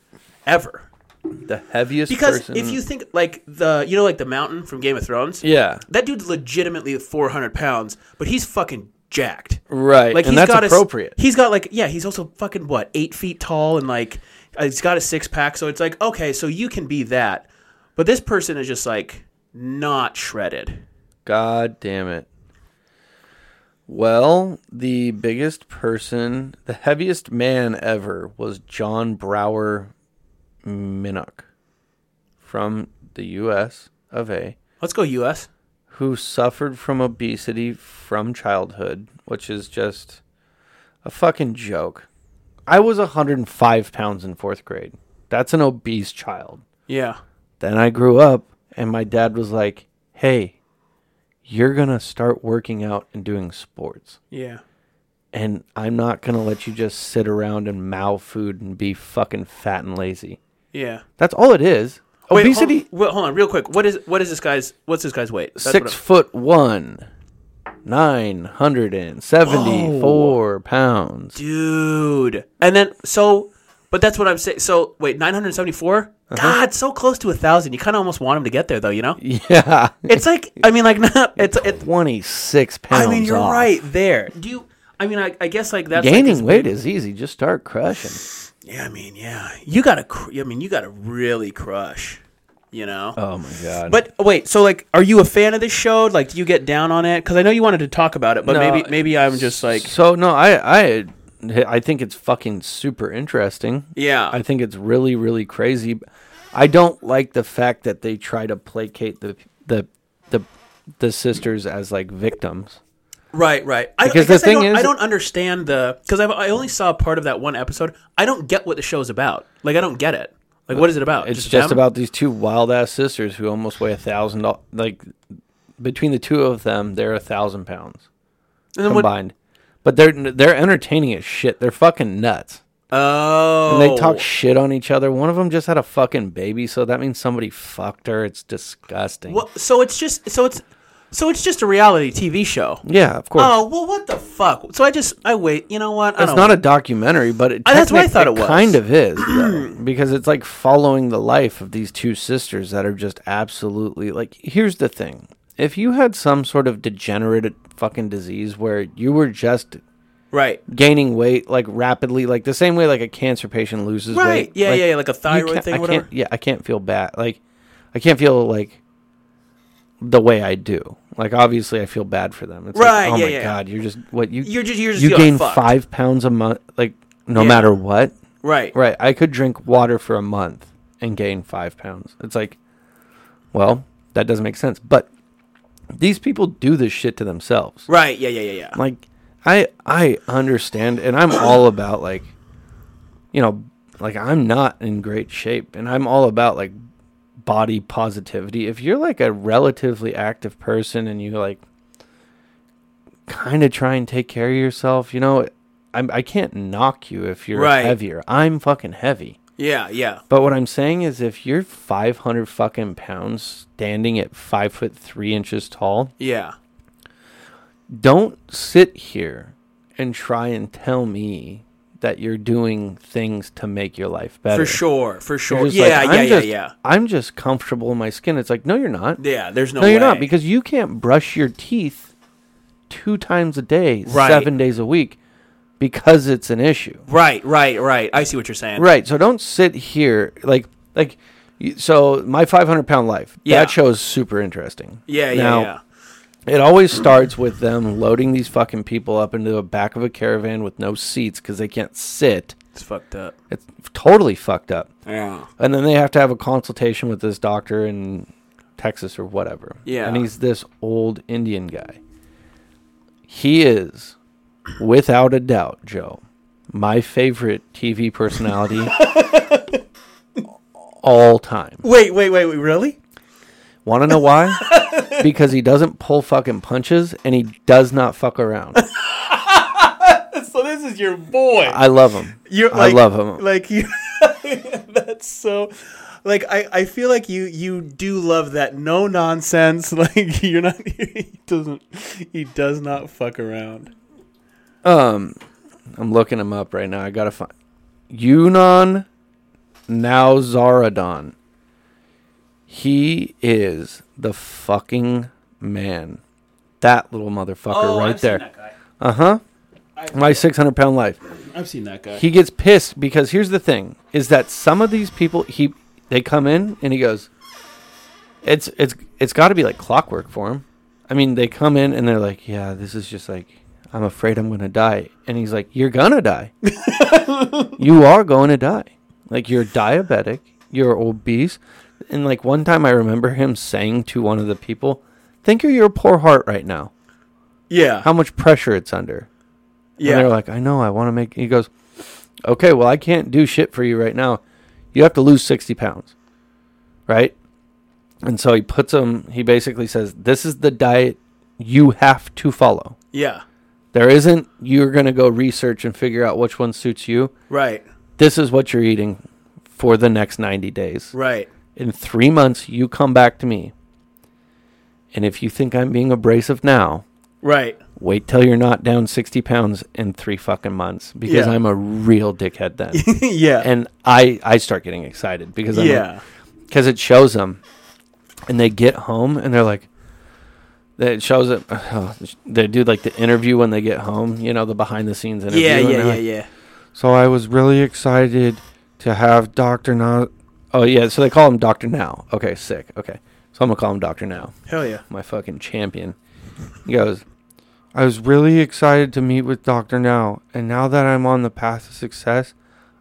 S2: ever
S1: the heaviest
S2: because
S1: person.
S2: if you think like the you know like the mountain from Game of Thrones,
S1: yeah,
S2: that dude's legitimately 400 pounds, but he's fucking jacked.
S1: right,
S2: Like
S1: like and
S2: he's
S1: that's
S2: got a s-
S1: appropriate.
S2: he's got like yeah, he's also fucking what eight feet tall and like uh, he's got a six pack. So it's like okay, so you can be that, but this person is just like not shredded.
S1: God damn it. Well, the biggest person, the heaviest man ever was John Brower Minnock from the US of A,
S2: Let's go U.S.
S1: who suffered from obesity from childhood, which is just a fucking joke. I was 105 pounds in fourth grade. That's an obese child
S2: Yeah,
S1: then I grew up and my dad was like, "Hey, you're going to start working out and doing sports.
S2: yeah.
S1: And I'm not going to let you just sit around and mow food and be fucking fat and lazy."
S2: Yeah.
S1: That's all it is. Obesity
S2: Wait, hold, wait, hold on, real quick. What is what is this guy's? What's this guy's weight? That's
S1: six
S2: what
S1: foot one, nine hundred and seventy
S2: Oh.
S1: four pounds.
S2: dude. And then so, but that's what I'm saying. So wait, nine hundred God, so close to a thousand. You kind of almost want him to get there, though. You know,
S1: Uh-huh. Yeah,
S2: it's like I mean, like not. It's it's.
S1: twenty six pounds.
S2: I mean, you're
S1: off.
S2: right there. Do you? I mean, I, I guess like that's like,
S1: Gaining
S2: his
S1: weight
S2: big-
S1: is easy. Just start crushing.
S2: Yeah, I mean, yeah. You gotta. Cr- I mean, you gotta really crush. You know.
S1: Oh my god.
S2: But wait, so like, are you a fan of this show? Like, do you get down on it? Because I know you wanted to talk about it, but
S1: No,
S2: maybe maybe I'm just like,
S1: So no, I I I think it's fucking super interesting.
S2: yeah,
S1: I think it's really really crazy. I don't like the fact that they try to placate the the the the sisters as like victims.
S2: Right, right. I,
S1: Because
S2: I guess
S1: the thing
S2: I don't, I
S1: is-
S2: don't understand the because I I only saw part of that one episode. I don't get what the show's about. Like, I don't get it. Like, what is it about?
S1: It's just
S2: them?
S1: about these two wild ass sisters who almost weigh a thousand. dol- Like between the two of them, they're a thousand pounds
S2: and then what-
S1: combined. But they're they're entertaining as shit. They're fucking nuts.
S2: oh,
S1: And they talk shit on each other. One of them just had a fucking baby, so that means somebody fucked her. It's disgusting.
S2: Well, so it's just so it's so it's just a reality TV show.
S1: Yeah, of course.
S2: Oh well, what the fuck? So I just I wait. You know what? I
S1: it's
S2: don't
S1: not a documentary, but it,
S2: Uh, that's what I
S1: technic-
S2: thought it was.
S1: Kind of is though, because it's like following the life of these two sisters that are just absolutely like. Here's the thing: if you had some sort of degenerate fucking disease where you were just
S2: right.
S1: gaining weight like rapidly, like the same way like a cancer patient loses
S2: Right.
S1: weight,
S2: Yeah,
S1: like,
S2: yeah, yeah, like a
S1: you
S2: thyroid
S1: can't-
S2: thing,
S1: I can't-
S2: whatever.
S1: yeah, I can't feel bad. Like I can't feel like the way I do. Like obviously, I feel bad for them. It's
S2: Right,
S1: Like, oh
S2: yeah,
S1: my
S2: yeah.
S1: god, you're just what you
S2: You're just- you're just
S1: you
S2: feeling
S1: gain
S2: fucked.
S1: five pounds a month. Like no
S2: Yeah.
S1: matter what,
S2: Right.
S1: right? I could drink water for a month and gain five pounds. It's like, well, that doesn't make sense. But these people do this shit to themselves
S2: Right. Yeah. Yeah. Yeah. Yeah.
S1: like i i understand and i'm all about like you know like i'm not in great shape and i'm all about like body positivity if you're like a relatively active person and you like kind of try and take care of yourself you know I'm, i can't knock you if you're
S2: Right.
S1: heavier i'm fucking heavy
S2: yeah. Yeah.
S1: but what i'm saying is if you're 500 fucking pounds standing at 5 foot 3 inches tall
S2: Yeah.
S1: don't sit here and try and tell me that you're doing things to make your life better.
S2: For sure. For
S1: You're
S2: sure.
S1: just
S2: Yeah.
S1: like,
S2: yeah.
S1: I'm
S2: Yeah.
S1: just-
S2: Yeah.
S1: I'm just comfortable in my skin. It's like, no, you're not.
S2: Yeah. There's no.
S1: no, you're not
S2: way.
S1: because you can't brush your teeth two times a day,
S2: Right.
S1: seven days a week, because it's an issue.
S2: Right. Right. Right. I see what you're saying.
S1: Right. So don't sit here like like. you- So my 500 pound life.
S2: Yeah.
S1: That show is super interesting.
S2: Yeah. Yeah.
S1: Now,
S2: yeah.
S1: It always starts with them loading these fucking people up into the back of a caravan with no seats because they can't sit.
S2: It's fucked up.
S1: It's totally fucked up.
S2: Yeah.
S1: And then they have to have a consultation with this doctor in Texas or whatever.
S2: Yeah.
S1: And he's this old Indian guy. He is, without a doubt, Joe, my favorite TV personality all time.
S2: Wait, wait, wait, wait. Really?
S1: Want to know why? because he doesn't pull fucking punches and he does not fuck around.
S2: So this is your boy.
S1: I love him.
S2: You're,
S1: I
S2: like,
S1: love him.
S2: Like you, that's so. Like I, I feel like you, you do love that no nonsense. Like you're not. He doesn't. He does not fuck around.
S1: I'm looking him up right now. I gotta find Yunan now Zaradon. He is the fucking man. That little motherfucker
S2: Oh,
S1: right there. Uh huh. My 600 pound life.
S2: I've seen that guy.
S1: He gets pissed because here's the thing: is that some of these people he they come in and he goes, it's it's it's got to be like clockwork for him. I mean, they come in and they're like, yeah, this is just like I'm afraid I'm gonna die, and he's like, you're gonna die. you are going to die. Like you're diabetic, you're obese, and like one time I remember him saying to one of the people, "Think of your poor heart right now.
S2: yeah.
S1: How much pressure it's under."
S2: yeah.
S1: And they're like, I know, I want to make. He goes, okay, well, I can't do shit for you right now. You have to lose 60 pounds. Right? And so he puts him, he basically says, this is the diet you have to follow.
S2: yeah.
S1: There isn't, you're going to go research and figure out which one suits you.
S2: Right.
S1: This is what you're eating for the next 90 days.
S2: Right.
S1: In three months, you come back to me. And if you think I'm being abrasive now,
S2: Right.
S1: wait till you're not down 60 pounds in three fucking months because
S2: Yeah.
S1: I'm a real dickhead then.
S2: yeah.
S1: and I, I start getting excited because I'm
S2: yeah.
S1: because it shows them and they get home and they're like, it shows it. they do like the interview when they get home, you know, the behind the scenes interview.
S2: yeah.
S1: and
S2: Yeah.
S1: they're
S2: Yeah.
S1: like,
S2: Yeah.
S1: So I was really excited to have Dr. Now. Oh, yeah. So they call him Dr. Now. Okay, sick. Okay. So I'm going to call him Dr. Now
S2: Hell yeah.
S1: my fucking champion. He goes, I was really excited to meet with Dr. Now, and now that I'm on the path of success,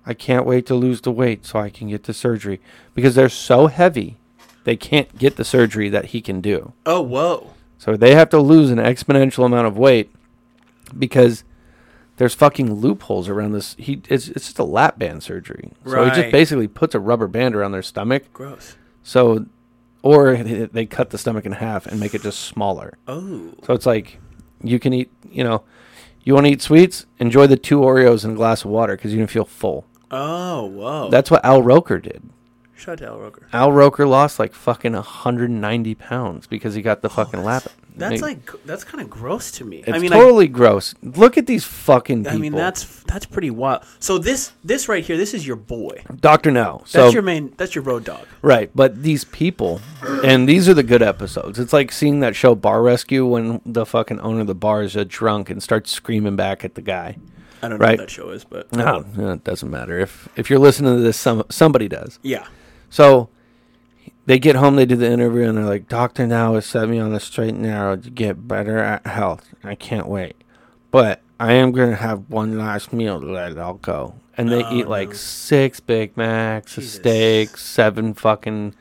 S1: I can't wait to lose the weight so I can get the surgery because they're so heavy, they can't get the surgery that he can do.
S2: Oh whoa.
S1: So they have to lose an exponential amount of weight because there's fucking loopholes around this. He it's, it's just a lap band surgery. So he
S2: Right.
S1: just basically puts a rubber band around their stomach.
S2: Gross.
S1: So or they cut the stomach in half and make it just smaller.
S2: Oh.
S1: So it's like you can eat, you know, you want to eat sweets, enjoy the two Oreos and a glass of water because you don't feel full.
S2: Oh whoa.
S1: That's what Al Roker did.
S2: Shut down, Roker.
S1: Al Roker lost like fucking 190 pounds because he got the fucking lap.
S2: That's
S1: It-
S2: like that's kind of gross to me.
S1: it's
S2: I mean, I-
S1: totally gross. Look at these fucking
S2: I
S1: people.
S2: mean that's that's pretty wild. So this this right here, this is your boy.
S1: Doctor No.
S2: That's
S1: So
S2: your main. That's your road dog.
S1: right, but these people, and these are the good episodes. It's like seeing that show Bar Rescue when the fucking owner of the bar is a drunk and starts screaming back at the guy.
S2: I don't know
S1: Right.
S2: what that show is, but
S1: No, no, it doesn't matter if if you're listening to this, some somebody does.
S2: yeah,
S1: So they get home, they do the interview, and they're like, Doctor now has set me on the straight and narrow to get better at health. I can't wait. But I am going to have one last meal to let it all go. And they eat like six Big Macs,
S2: Jesus.
S1: a steak, seven fucking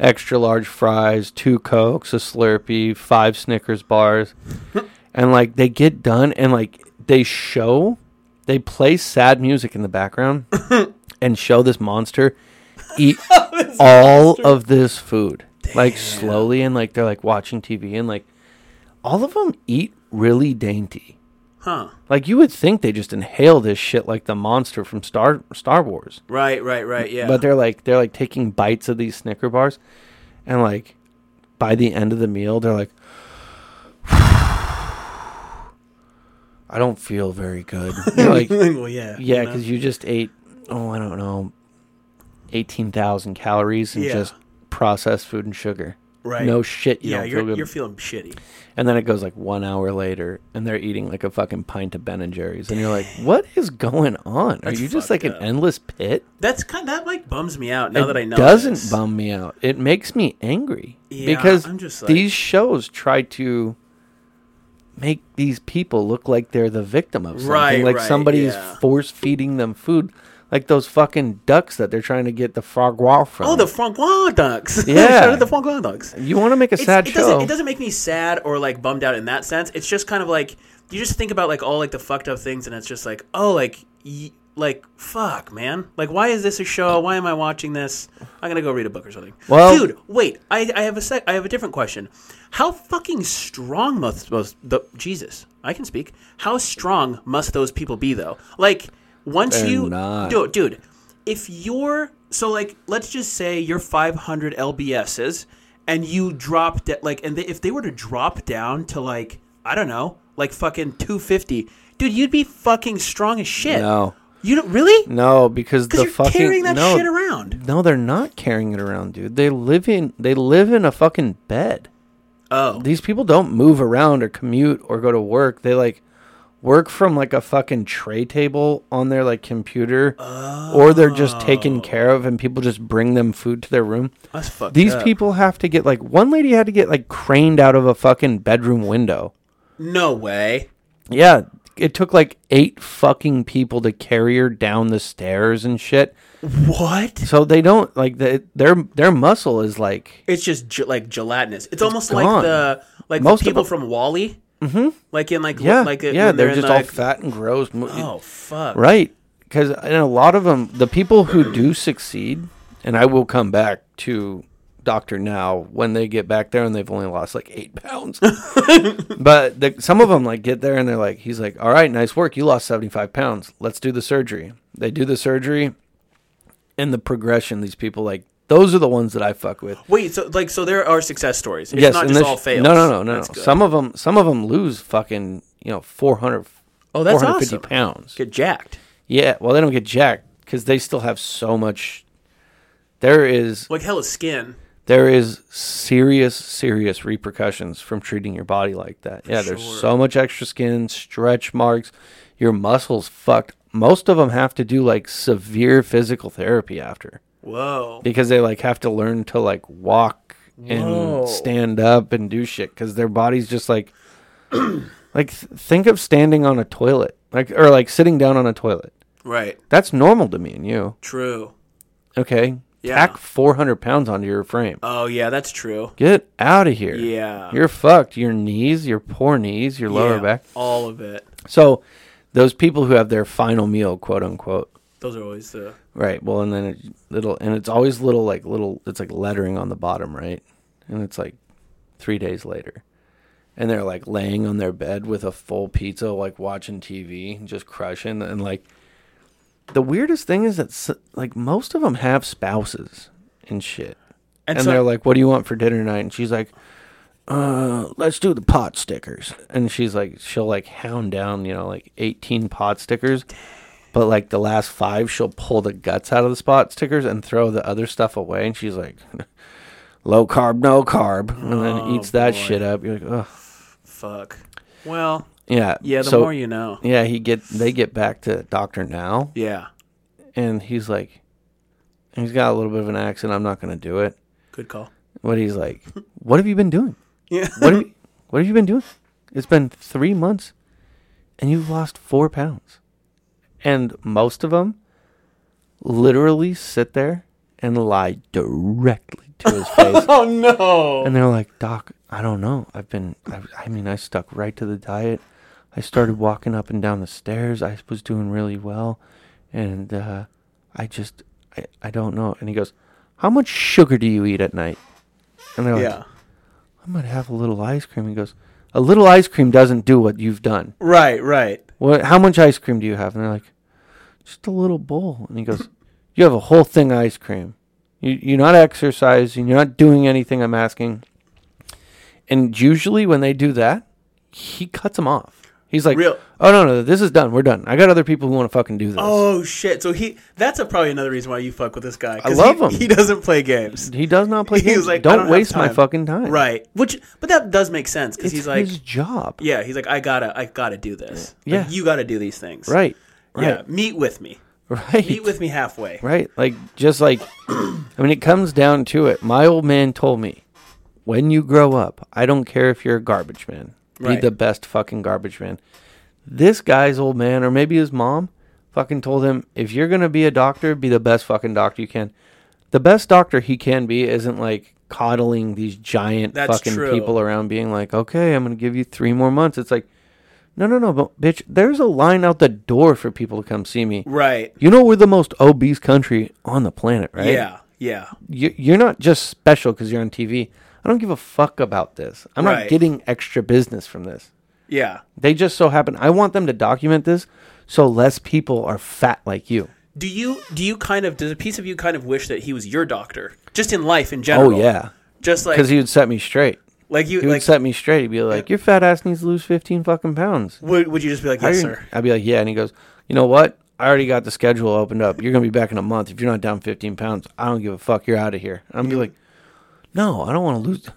S1: extra large fries, two Cokes, a Slurpee, five Snickers bars. and like they get done and like they show, they play sad music in the background and show this monster eat all of this food like slowly and like they're like watching TV and like all of them eat really dainty.
S2: huh?
S1: Like you would think they just inhale this shit like the monster from Star Star Wars,
S2: Right, right, right. Yeah,
S1: but they're like they're like taking bites of these Snicker bars, and like by the end of the meal they're like, I don't feel very good. You're like
S2: well, yeah, you
S1: yeah,
S2: know?
S1: because you just ate, oh, I don't know, 18,000 calories and
S2: Yeah.
S1: just processed food and sugar.
S2: right.
S1: No shit, you
S2: yeah,
S1: don't
S2: you're
S1: feel good.
S2: you're feeling shitty.
S1: and then it goes like one hour later and they're eating like a fucking pint of Ben and Jerry's. And you're like, what is going on? Are
S2: That's
S1: you just like
S2: fucked
S1: an
S2: up.
S1: endless pit?
S2: That's kind that like bums me out now
S1: it
S2: that I know.
S1: doesn't
S2: this.
S1: bum me out. It makes me angry
S2: Yeah,
S1: because
S2: I'm just like-
S1: these shows try to make these people look like they're the victim of something,
S2: Right,
S1: like
S2: right,
S1: somebody is
S2: yeah.
S1: force feeding them food. Like those fucking ducks that they're trying to get the frog wall from.
S2: Oh, the Francois ducks.
S1: Yeah.
S2: Shout out the Francois ducks.
S1: you want to make a
S2: It's-
S1: sad
S2: it
S1: show?
S2: Doesn't, it doesn't make me sad or like bummed out in that sense. It's just kind of like you just think about like all like the fucked up things, and it's just like oh like y- like fuck man, like why is this a show? Why am I watching this? I'm gonna go read a book or something.
S1: Well-
S2: dude, wait, I, I have a sec. I have a different question. How fucking strong must most the Jesus? I can speak. How strong must those people be though? Like once
S1: They're
S2: you
S1: not.
S2: dude, dude, if you're so like let's just say you're 500 lbs's and you drop that like and they, if they were to drop down to like I don't know like fucking 250, dude, you'd be fucking strong as shit.
S1: No. Mm.
S2: you don't really
S1: no, because the
S2: because you're
S1: fucking
S2: carrying that
S1: no,
S2: shit around.
S1: No, they're not carrying it around, dude. They live in they live in a fucking bed.
S2: Oh,
S1: These people don't move around or commute or go to work. They like work from like a fucking tray table on their like computer or they're just
S2: Oh.
S1: taken care of and people just bring them food to their room.
S2: that's fucked.
S1: These
S2: up.
S1: people have to get like one lady had to get like craned out of a fucking bedroom window.
S2: no way.
S1: Yeah, it took like eight fucking people to carry her down the stairs and shit.
S2: What?
S1: So they don't like they, their their muscle is like
S2: It's just ge- like gelatinous. It's, almost like
S1: gone.
S2: the like
S1: Most
S2: the
S1: of
S2: people
S1: them-
S2: from Wally. Mm-hmm. Like in like lo-
S1: yeah
S2: like it-
S1: yeah
S2: when
S1: they're,
S2: in,
S1: just all
S2: like-
S1: fat and gross. Mo-
S2: Oh fuck!
S1: Right. Because a lot of them, the people who do succeed, and I will come back to Doctor Now when they get back there and they've only lost like eight pounds. but the, some of them like get there and they're like, he's like, all right, nice work. You lost 75 pounds. Let's do the surgery. They do the surgery and the progression, these people like, those are the ones that I fuck with.
S2: Wait, so like so there are success stories. It's
S1: yes,
S2: not
S1: and
S2: just
S1: this-
S2: all fails.
S1: No, no, no, no.
S2: That's
S1: no.
S2: good.
S1: Some of them, some of them lose fucking, you know, 400,
S2: Oh, that's
S1: 450
S2: awesome.
S1: pounds.
S2: get jacked.
S1: Yeah, well, they don't get jacked because they still have so much. There is
S2: Like hell is skin.
S1: there is serious serious repercussions from treating your body like that. Yeah, there's so much extra skin, stretch marks, your muscles fucked. Most of them have to do like severe physical therapy after
S2: Whoa.
S1: because they like have to learn to like walk and stand up and do shit because their body's just like like th- think of standing on a toilet like or like sitting down on a toilet.
S2: Right.
S1: That's normal to me and you.
S2: True.
S1: Okay.
S2: Yeah.
S1: Tack 400 pounds onto your frame.
S2: Oh yeah, that's true.
S1: Get out of here.
S2: Yeah.
S1: You're fucked. Your knees, your poor knees, your lower
S2: Yeah,
S1: back.
S2: All of it.
S1: So, those people who have their final meal, quote unquote,
S2: Those are always the
S1: right? Well, and then it, little, and it's always little, like little, it's like lettering on the bottom, right? And it's like three days later. And they're like laying on their bed with a full pizza, like watching TV, and just crushing. And like, the weirdest thing is that, s- like, most of them have spouses and shit.
S2: and,
S1: and
S2: so
S1: they're like, "What do you want for dinner tonight?" And she's like, "Uh, let's do the pot stickers." And she's like, she'll like hound down, you know, like eighteen pot stickers, but like the last five, she'll pull the guts out of the pot stickers and throw the other stuff away. And she's like, "Low carb, no carb," and
S2: Oh,
S1: then eats that shit up. You're like, "Ugh."
S2: fuck. Well,
S1: Yeah,
S2: yeah. The
S1: so-
S2: more you know.
S1: Yeah, he get they get back to doctor now,
S2: Yeah.
S1: and he's like, he's got a little bit of an accent. I'm not gonna do it.
S2: Good call.
S1: But he's like, "What have you been doing?"
S2: Yeah.
S1: what have you, what have you been doing? It's been three months, and you've lost four pounds. And most of them literally sit there and lie directly to his face,
S2: Oh no.
S1: and they're like, "Doc, I don't know. I've been. I, I mean, I stuck right to the diet. I started walking up and down the stairs. I was doing really well, and uh, I just, I, I don't know." And he goes, "How much sugar do you eat at night?" And they're like,
S2: Yeah.
S1: I'm gonna have a little ice cream. He goes, a little ice cream doesn't do what you've done.
S2: Right. Right.
S1: What? How much ice cream do you have? And they're like, just a little bowl. And he goes, you have a whole thing of ice cream. You, you're not exercising. You're not doing anything. I'm asking. And usually when they do that, he cuts them off. He's like,
S2: Real-
S1: oh no no, this is done. We're done. I got other people who want to fucking do this.
S2: Oh shit. So he. That's a, probably another reason why you fuck with this guy. I
S1: love
S2: he,
S1: him.
S2: He doesn't play games.
S1: He does not play
S2: He was
S1: games.
S2: like, I
S1: don't,
S2: don't have
S1: waste my
S2: time."
S1: fucking time.
S2: Right. Which, but that does make sense because
S1: It's
S2: he's like,
S1: his job.
S2: yeah, he's like, I gotta, I gotta do this. Like,
S1: Yeah.
S2: you gotta do these things.
S1: Right.
S2: Yeah.
S1: Right.
S2: Meet with me.
S1: Right.
S2: Meet with me halfway.
S1: Right. Like, just like, I mean, it comes down to it. My old man told me, when you grow up, I don't care if you're a garbage man, be
S2: Right.
S1: the best fucking garbage man. This guy's old man, or maybe his mom, fucking told him, if you're gonna be a doctor, be the best fucking doctor you can. The best doctor he can be isn't like coddling these giant
S2: That's
S1: fucking
S2: true.
S1: people around, being like, okay, I'm gonna give you three more months. It's like, no, no, no, but bitch, there's a line out the door for people to come see me.
S2: Right.
S1: You know we're the most obese country on the planet, right?
S2: Yeah. Yeah.
S1: you, you're not just special because you're on TV. I don't give a fuck about this. I'm
S2: Right.
S1: not getting extra business from this.
S2: Yeah.
S1: They just so happen. I want them to document this so less people are fat like you.
S2: Do you do you kind of does a piece of you kind of wish that he was your doctor, just in life in general?
S1: Oh yeah,
S2: Just like
S1: because he would set me straight.
S2: like you
S1: He would
S2: like
S1: set me straight. He'd be like, "Your fat ass needs to lose 15 fucking pounds."
S2: would, would you just be like
S1: How
S2: yes
S1: you-
S2: sir?
S1: I'd be like, "Yeah," and he goes, "You know what? I already got the schedule opened up. You're gonna be back in a month. If you're not down 15 pounds, I don't give a fuck. You're out of here." I'm be like, "No, I don't want to lose."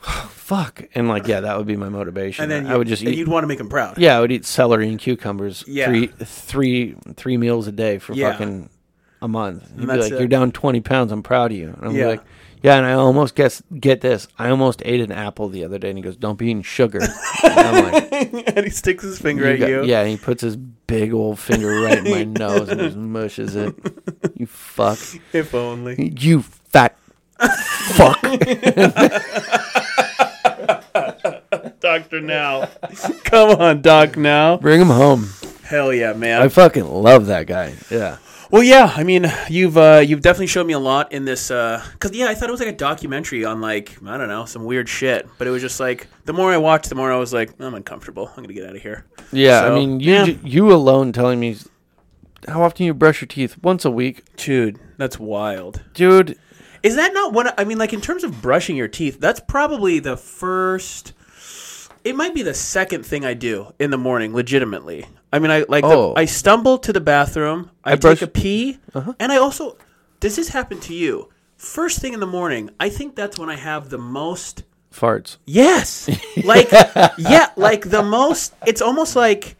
S1: fuck, and like, yeah, that would be my motivation.
S2: And then
S1: I
S2: you-
S1: would just
S2: and
S1: eat.
S2: you'd want to make him proud.
S1: Yeah, I would eat celery and cucumbers
S2: Yeah.
S1: three three three meals a day for
S2: Yeah.
S1: fucking a month. You'd be
S2: that's
S1: like,
S2: it.
S1: You're down twenty pounds, I'm proud of you. And I'm
S2: Yeah.
S1: like, Yeah, and I almost guess get this. I almost ate an apple the other day and he goes, Don't be eating sugar. And I'm like,
S2: and he sticks his finger
S1: "You
S2: at
S1: got-
S2: you.
S1: Yeah, and he puts his big old finger right in my nose and just mushes it. You fuck.
S2: If only.
S1: You fat fuck.
S2: Doctor now. Come on, Doc now.
S1: Bring him home.
S2: Hell yeah, man.
S1: I fucking love that guy. Yeah.
S2: Well, yeah. I mean, you've uh, you've definitely shown me a lot in this. Because yeah, I thought it was like a documentary on like I don't know some weird shit, but it was just like the more I watched, the more I was like I'm uncomfortable. I'm gonna get out of here.
S1: Yeah,
S2: So,
S1: I mean, you
S2: yeah.
S1: ju- you alone telling me how often you brush your teeth once a week,
S2: Dude, that's wild.
S1: dude.
S2: Is that not one? I mean, like in terms of brushing your teeth, that's probably the first. It might be the second thing I do in the morning, legitimately. I mean, I like the-
S1: Oh.
S2: I stumble to the bathroom, I, take
S1: brush- Uh-huh.
S2: a pee, and I also. Does this happen to you? First thing in the morning, I think that's when I have the most.
S1: Farts.
S2: Yes, like yeah, like the most. It's almost like.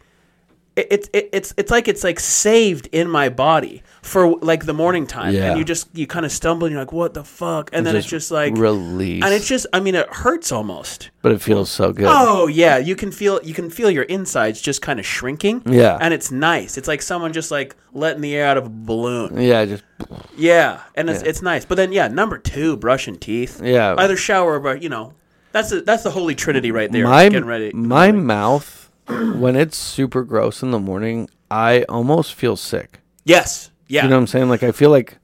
S2: it- It's it, it's it's like it's like saved in my body for like the morning time,
S1: Yeah.
S2: and you just you kind of stumble, and you're like, "What the fuck?" And then it's just like
S1: release,
S2: and it's just I mean it hurts almost.
S1: but it feels so good.
S2: Oh yeah, you can feel you can feel your insides just kind of shrinking.
S1: Yeah.
S2: And it's nice. It's like someone just like letting the air out of a balloon.
S1: Yeah, just
S2: Yeah. And it's, it's nice. But then yeah, number 2, brushing teeth.
S1: Yeah.
S2: Either shower or brush, you know. That's the that's the holy trinity right there.
S1: my
S2: getting ready.
S1: my mouth when it's super gross in the morning, I almost feel sick.
S2: yes. Yeah.
S1: You know what I'm saying? Like I feel like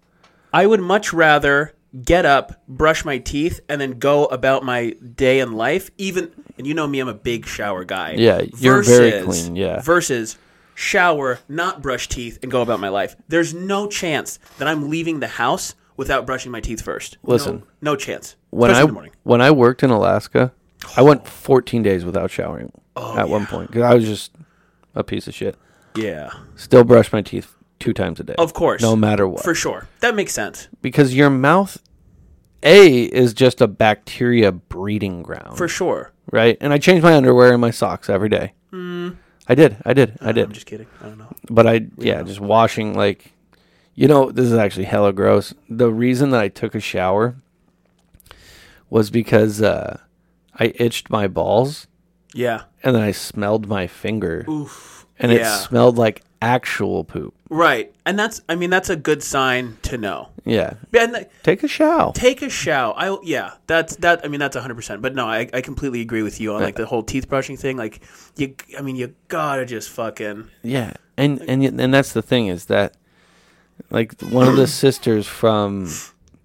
S2: I would much rather get up, brush my teeth, and then go about my day in life. Even and you know me, I'm a big shower guy.
S1: Yeah, you're very clean, yeah.
S2: Versus shower, not brush teeth, and go about my life. There's no chance that I'm leaving the house without brushing my teeth first.
S1: Listen.
S2: no, no chance.
S1: when
S2: Especially
S1: I
S2: in the morning.
S1: when I worked in Alaska, I went 14 days without showering
S2: Oh,
S1: at one point because I was just a piece of shit.
S2: yeah,
S1: Still brush my teeth two times a day.
S2: of course,
S1: no matter what.
S2: for sure. That makes sense
S1: because your mouth a is just a bacteria breeding ground
S2: for sure. Mm.
S1: right and i change my underwear and my socks every day i did i did i
S2: I'm
S1: did
S2: just kidding. I don't know.
S1: but i yeah just washing like you know this is actually hella gross the reason that i took a shower was because uh i itched my balls
S2: Yeah,
S1: and then i smelled my finger Oof, and
S2: yeah.
S1: it smelled like actual poop
S2: right. And that's I mean that's a good sign to know.
S1: yeah
S2: And like,
S1: take a shower
S2: take a shower. I yeah, that's that. I mean, that's hundred percent. But no, I, I completely agree with you on like the whole teeth brushing thing. Like you, I mean, you gotta just fucking
S1: Yeah, and and y- and that's the thing is that, like, one of the sisters from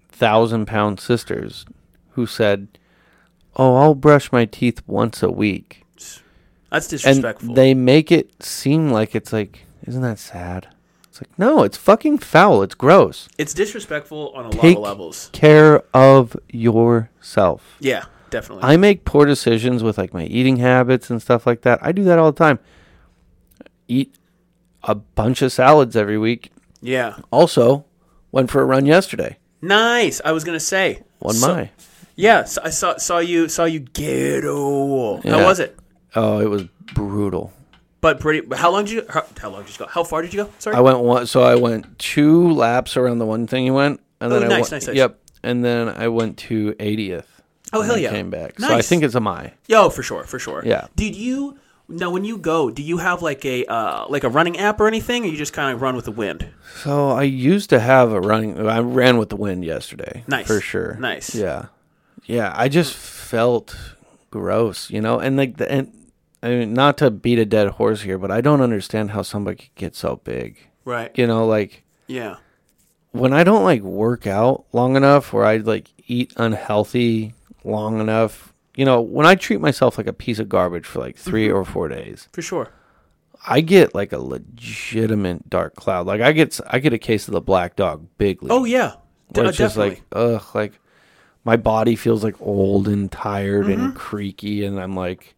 S1: Thousand Pound Sisters, who said, "Oh, I'll brush my teeth once a week,"
S2: that's
S1: and
S2: disrespectful.
S1: they make it seem like it's like, isn't that sad? It's like, no, it's fucking foul. It's gross.
S2: it's disrespectful on a lot
S1: Take
S2: of levels.
S1: care of yourself.
S2: Yeah, definitely.
S1: I make poor decisions with like my eating habits and stuff like that. I do that all the time. Eat a bunch of salads every week.
S2: yeah,
S1: Also, went for a run yesterday.
S2: nice. I was gonna say
S1: One
S2: So-
S1: my.
S2: Yeah, so I saw saw you saw you ghetto. How
S1: Yeah.
S2: was it?
S1: Oh, it was brutal.
S2: But pretty. How long did you? How, how long did you go? How far did you go? Sorry.
S1: I went one, so I went two laps around the one thing you went, and then
S2: Oh,
S1: I went,
S2: nice, nice, nice.
S1: yep, and then I went to 80th.
S2: oh
S1: when
S2: hell
S1: I
S2: yeah!
S1: Came back,
S2: Nice.
S1: so I think it's a my.
S2: Yo, for sure, for sure.
S1: Yeah.
S2: Did you Now, when you go, do you have like a uh, like a running app or anything, or you just kind of run with the wind?
S1: So I used to have a running. I ran with the wind yesterday.
S2: Nice.
S1: for sure.
S2: Nice.
S1: Yeah, yeah. I just felt gross, you know, and like the and I mean, not to beat a dead horse here, but I don't understand how somebody could get so big.
S2: Right.
S1: You know, like
S2: Yeah.
S1: when I don't like work out long enough, or I like eat unhealthy long enough. You know, when I treat myself like a piece of garbage for like 3
S2: Mm-hmm.
S1: or four days,
S2: For sure.
S1: I get like a legitimate dark cloud. Like I get, I get a case of the black dog, big league.
S2: Oh yeah. De-
S1: Where
S2: uh,
S1: it's just
S2: definitely.
S1: like, ugh, like my body feels like old and tired
S2: Mm-hmm.
S1: and creaky, and I'm like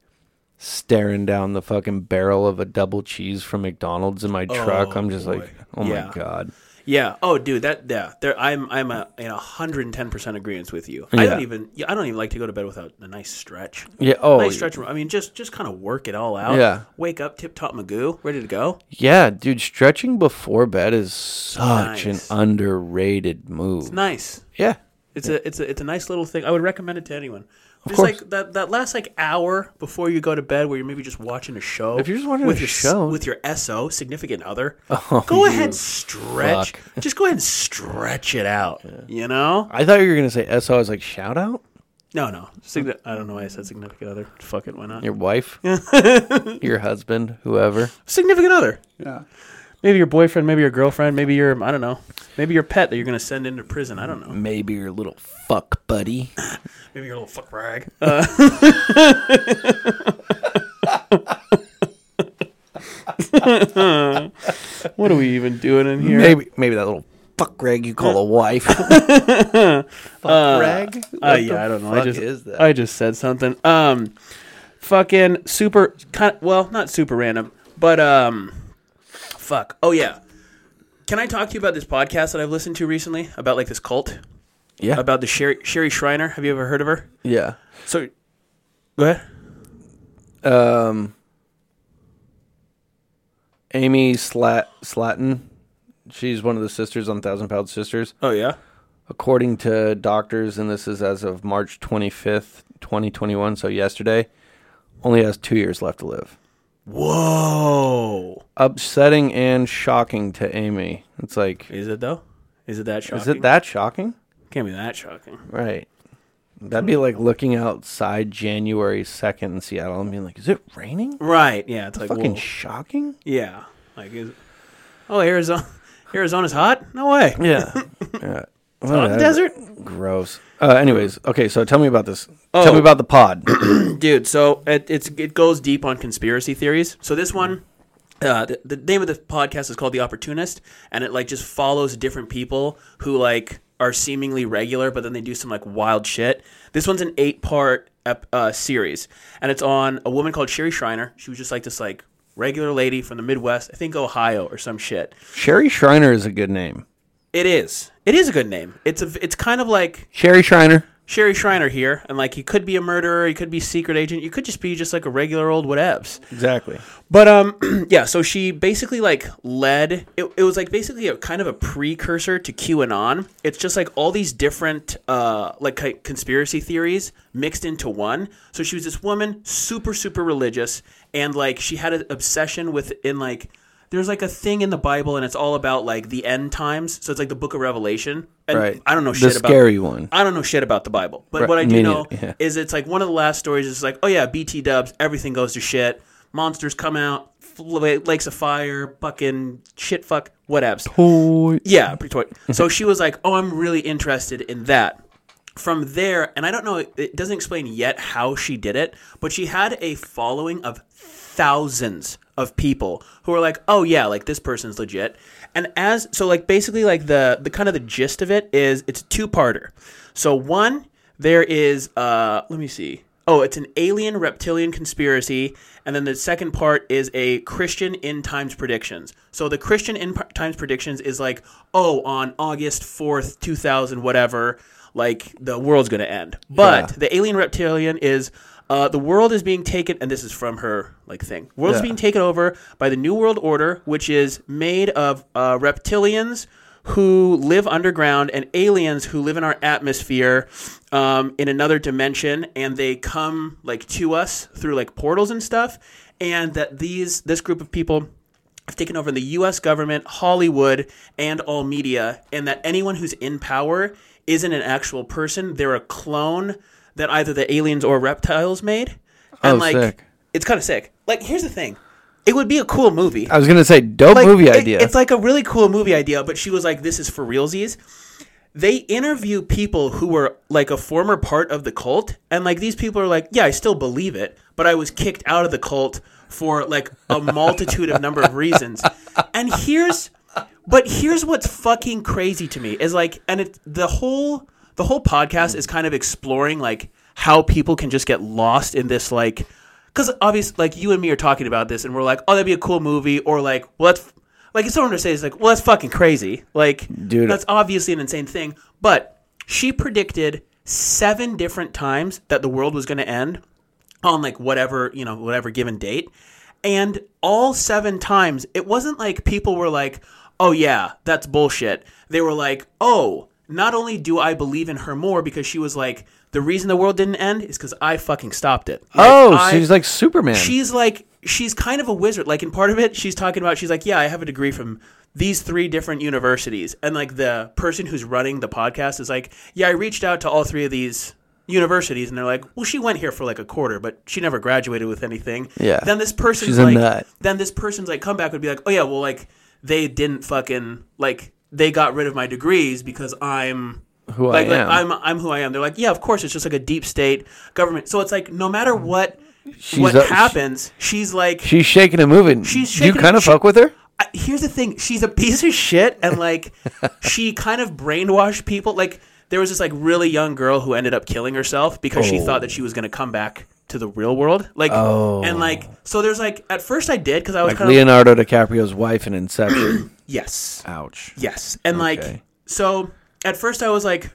S1: staring down the fucking barrel of a double cheese from McDonald's in my truck.
S2: Oh,
S1: I'm just
S2: boy.
S1: like, oh
S2: Yeah.
S1: my god.
S2: yeah. Oh, dude. That. Yeah. There. I'm. I'm a, in hundred and ten percent agreement with you. I
S1: Yeah.
S2: don't even. Yeah, I don't even like to go to bed without a nice stretch.
S1: Yeah. Oh.
S2: Nice stretch. I mean, just just kind of work it all out.
S1: Yeah.
S2: Wake up, tip top Magoo, ready to go.
S1: yeah, dude. Stretching before bed is such
S2: Nice.
S1: an underrated move.
S2: Nice.
S1: yeah.
S2: It's a it's a it's a nice little thing. I would recommend it to anyone. Just
S1: course.
S2: like that that last like hour before you go to bed, where you're maybe just watching a show.
S1: If you're just watching
S2: with
S1: a
S2: your, s-
S1: show- Oh,
S2: with your so significant other, go ahead stretch. Just go ahead and stretch it out. You know?
S1: I thought you were gonna say SO. I was like, shout out
S2: No, no. Signi- I don't know why I said significant other. Fuck it, why not?
S1: your wife, your husband, whoever.
S2: Significant other. Yeah. Maybe your boyfriend, maybe your girlfriend, maybe your I don't know, maybe your pet that you're gonna send into prison. I don't know.
S1: Maybe your little fuck buddy.
S2: Maybe your little fuck rag. what are we even doing in here?
S1: Maybe maybe that little fuck rag you call a wife. fuck rag?
S2: Uh, yeah, I don't know. I
S1: fuck
S2: just
S1: is that?
S2: I just said something. Um, fucking super. Kind well, not super random, but um, fuck. Oh yeah. Can I talk to you about this podcast that I've listened to recently about like this cult
S1: yeah.
S2: about the Sherry, Sherry Shriner? Have you ever heard of her?
S1: yeah.
S2: So, go ahead.
S1: Um Amy Slat Slatton. She's one of the sisters on Thousand Pound Sisters.
S2: Oh yeah.
S1: According to doctors, and this is as of March twenty fifth, twenty twenty one, so yesterday, only has two years left to live.
S2: Whoa.
S1: Upsetting and shocking to Amy. It's like
S2: Is it though? Is it that shocking?
S1: is it that shocking?
S2: Can't be that shocking.
S1: Right. That'd be like looking outside January 2nd in Seattle and being like, is it raining?
S2: Right? Yeah. It's like
S1: Fucking
S2: whoa.
S1: shocking.
S2: yeah. Like is. Oh, Arizona. Arizona's hot. No way.
S1: Yeah.
S2: Out in the desert. Oh.
S1: Gross. Uh, anyways, okay, so tell me about this. Tell me about the pod.
S2: dude. So it, it's it goes deep on conspiracy theories. So this one, uh, the, the name of the podcast is called The Opportunist, and it like just follows different people who like are seemingly regular, but then they do some like wild shit. This one's an eight part uh, series, and it's on a woman called Sherry Shriner. She was just like this like regular lady from the Midwest, I think Ohio or some shit.
S1: Sherry Shriner is a good name.
S2: It is. It is a good name. It's a. It's kind of like
S1: Sherry Shriner.
S2: Sherry Shriner here, and like he could be a murderer, he could be a secret agent, you could just be just like a regular old whatevs.
S1: Exactly.
S2: But um, yeah. So she basically like led. It, it was like basically a kind of a precursor to QAnon. It's just like all these different uh like ki- conspiracy theories mixed into one. So she was this woman, super super religious, and like she had an obsession with in like there's like a thing in the Bible, and it's all about like the end times. So it's like the Book of Revelation. And
S1: Right.
S2: I don't know
S1: The
S2: shit about
S1: scary one.
S2: I don't know shit about the Bible, but
S1: Right,
S2: what I do
S1: me
S2: know
S1: neither, yeah.
S2: is it's like one of the last stories is like, oh yeah, BT Dubs, everything goes to shit. Monsters come out, fl- lakes of fire, fucking shit, fuck, whatevs. Yeah, pretty toy. so she was like, "Oh, I'm really interested in that." From there, and I don't know, it doesn't explain yet how she did it, but she had a following of thousands of people who were like, "Oh yeah, like this person's legit." And as so, like basically, like the the kind of the gist of it is, it's a two parter. So one, there is uh, let me see. Oh, it's an alien reptilian conspiracy, and then the second part is a Christian end times predictions. So the Christian end par- times predictions is like, oh, on August fourth, two thousand, whatever, like the world's gonna end. But the alien reptilian is uh, the world is being taken, and this is from her like thing. World's being taken over by the New World Order, which is made of uh, reptilians who live underground and aliens who live in our atmosphere um, in another dimension and they come like to us through like portals and stuff and that these this group of people have taken over the US government, Hollywood, and all media, and that anyone who's in power isn't an actual person. They're a clone that either the aliens or reptiles made. And
S1: Oh,
S2: like
S1: sick.
S2: it's kind of sick. Like here's the thing. It would be a cool movie.
S1: I was gonna say dope
S2: Like,
S1: movie
S2: it-
S1: idea.
S2: It's like a really cool movie idea, but she was like, "This is for realsies." They interview people who were like a former part of the cult, and like these people are like, "Yeah, I still believe it, but I was kicked out of the cult for like a multitude of number of reasons." And here's, but here's what's fucking crazy to me is like, and it the whole the whole podcast is kind of exploring like how people can just get lost in this like. Because obviously, like you and me are talking about this, and we're like, "Oh, that'd be a cool movie," or like, "Well, that's f- like if someone were to say it's like, well, that's fucking crazy. Like,
S1: Dude.
S2: that's obviously an insane thing. But she predicted seven different times that the world was going to end on like whatever you know whatever given date, and all seven times it wasn't like people were like, oh yeah, that's bullshit. They were like, oh, not only do I believe in her more because she was like, the reason the world didn't end is because I fucking stopped it. Like,
S1: oh,
S2: I-
S1: she's like Superman.
S2: she's like she's kind of a wizard like in part of it she's talking about she's like yeah i have a degree from these three different universities and like the person who's running the podcast is like yeah i reached out to all three of these universities and they're like well she went here for like a quarter but she never graduated with anything
S1: Yeah.
S2: then this person's
S1: She's a
S2: like
S1: nut.
S2: then this person's like comeback would be like oh yeah well like they didn't fucking like they got rid of my degrees because i'm
S1: Who I
S2: like, like
S1: am.
S2: I'm I'm who I am. They're like, yeah, of course. It's just like a deep state government. So it's like, no matter what what
S1: a- she-
S2: happens, she's like,
S1: she's shaking and moving.
S2: She's
S1: Do you
S2: shaking-
S1: kind of
S2: she-
S1: fuck with her?
S2: I, here's the thing she's a piece of shit and like she kind of brainwashed people like there was this like really young girl who ended up killing herself because she thought that she was going to come back to the real world like and like so there's like at first i did because i
S1: Oh.
S2: was
S1: Like
S2: kind of
S1: Leonardo DiCaprio's wife in Inception.
S2: yes
S1: Ouch.
S2: yes and like
S1: Okay.
S2: so at first i was like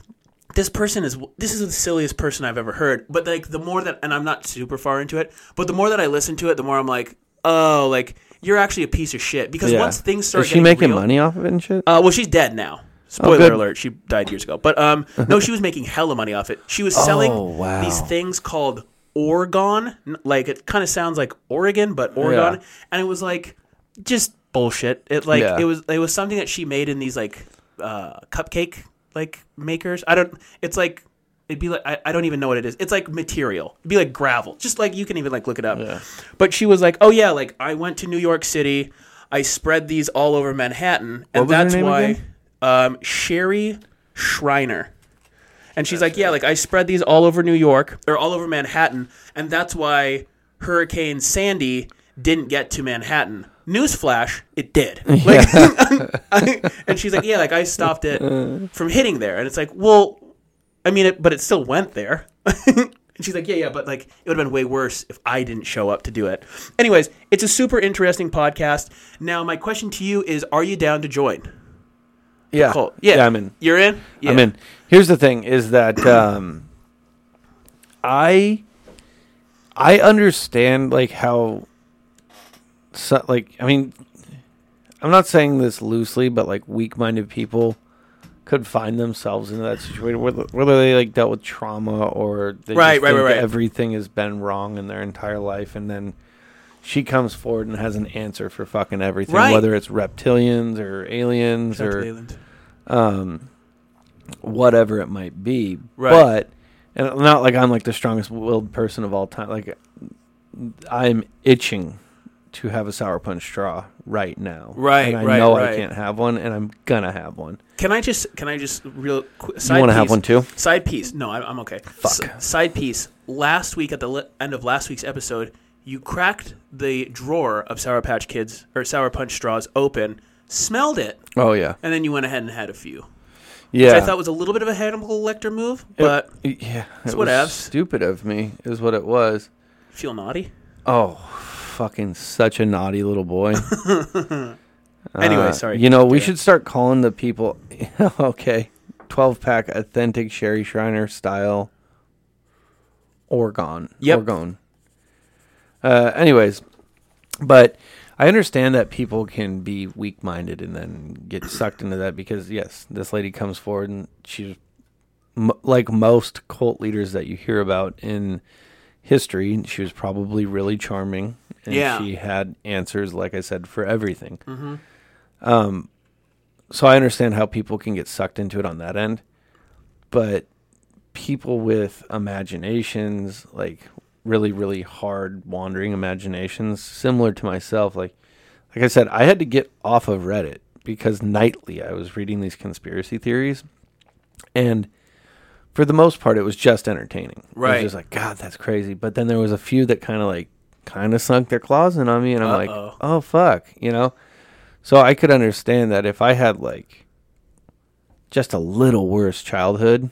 S2: this person is this is the silliest person i've ever heard but like the more that and i'm not super far into it but the more that i listen to it the more i'm like oh like you're actually a piece of shit because
S1: Yeah.
S2: once things start
S1: Is she making
S2: getting real-
S1: money off of it and shit?
S2: Uh, well, she's dead now. Spoiler
S1: good.
S2: alert: she died years ago. But um, no, she was making hella money off it. She was selling
S1: Oh, wow.
S2: these things called Oregon. N- Like it kind of sounds like Oregon, but Oregon,
S1: Yeah.
S2: and it was like just bullshit. It like
S1: Yeah.
S2: it was it was something that she made in these like uh, cupcake like makers. I don't. It's like. It'd be like I, I don't even know what it is. It's like material. It'd be like gravel. Just like you can even like look it up. But she was like, "Oh yeah, like I went to New York City. I spread these all over Manhattan,
S1: What
S2: and
S1: was her
S2: that's
S1: name
S2: why
S1: again?
S2: um, Sherry Schreiner. And she's like, yeah, like I spread these all over New York or all over Manhattan, and that's why Hurricane Sandy didn't get to Manhattan. Newsflash, it did. Like, and she's like, yeah, like I stopped it
S1: Uh.
S2: from hitting there, and it's like, well, I mean, it, but it still went there. and she's like, yeah, yeah, but like it would have been way worse if I didn't show up to do it. Anyways, it's a super interesting podcast. Now, my question to you is, are you down to join?
S1: yeah.
S2: Cool.
S1: yeah.
S2: Yeah.
S1: I'm in.
S2: You're in? Yeah.
S1: I'm in. Here's the thing: is that um, I I understand like how so, like I mean I'm not saying this loosely, but like weak-minded people could find themselves in that situation, whether, whether they like dealt with trauma or they
S2: Right,
S1: just
S2: right,
S1: think
S2: right, right.
S1: everything has been wrong in their entire life, and then. She comes forward and has an answer for fucking everything,
S2: Right.
S1: whether it's reptilians or aliens or
S2: Leyland.
S1: um, whatever it might be.
S2: Right.
S1: But and not like I'm like the strongest willed person of all time. Like I'm itching to have a sour punch straw right now.
S2: Right,
S1: And I
S2: right,
S1: know I
S2: right.
S1: can't have one and I'm gonna have one.
S2: Can I just can I just real quick side
S1: You wanna
S2: piece,
S1: have one too?
S2: Side piece. No, I'm, I'm okay. Fuck. side piece. Last week at the le- end of last week's episode, you cracked the drawer of Sour Patch Kids or Sour Punch straws open, smelled it,
S1: Oh yeah.
S2: and then you went ahead and had a few.
S1: Yeah.
S2: Which I thought was a little bit of a Hannibal Lecter move, but
S1: yeah, it was
S2: what Fs.
S1: stupid of me is what it was.
S2: feel naughty.
S1: Oh, fucking such a naughty little boy.
S2: Anyway,
S1: Uh,
S2: sorry.
S1: You know, we should start calling the people. okay, twelve pack authentic Sherry Shriner style. Oregon.
S2: Yep.
S1: Oregon. Uh, anyways, but I understand that people can be weak minded and then get sucked into that because, yes, this lady comes forward and she's m- like most cult leaders that you hear about in history. She was probably really charming and
S2: Yeah.
S1: she had answers, like I said, for everything. Um, so I understand how people can get sucked into it on that end. But people with imaginations, like really, really hard wandering imaginations, similar to myself. Like, like I said, I had to get off of Reddit because nightly I was reading these conspiracy theories, and for the most part, it was just entertaining. I
S2: Right.
S1: was just like, God, that's crazy. But then there was a few that kind of like kind of sunk their claws in on me, and I'm
S2: Uh-oh.
S1: like, oh fuck, you know. So I could understand that if I had like just a little worse childhood,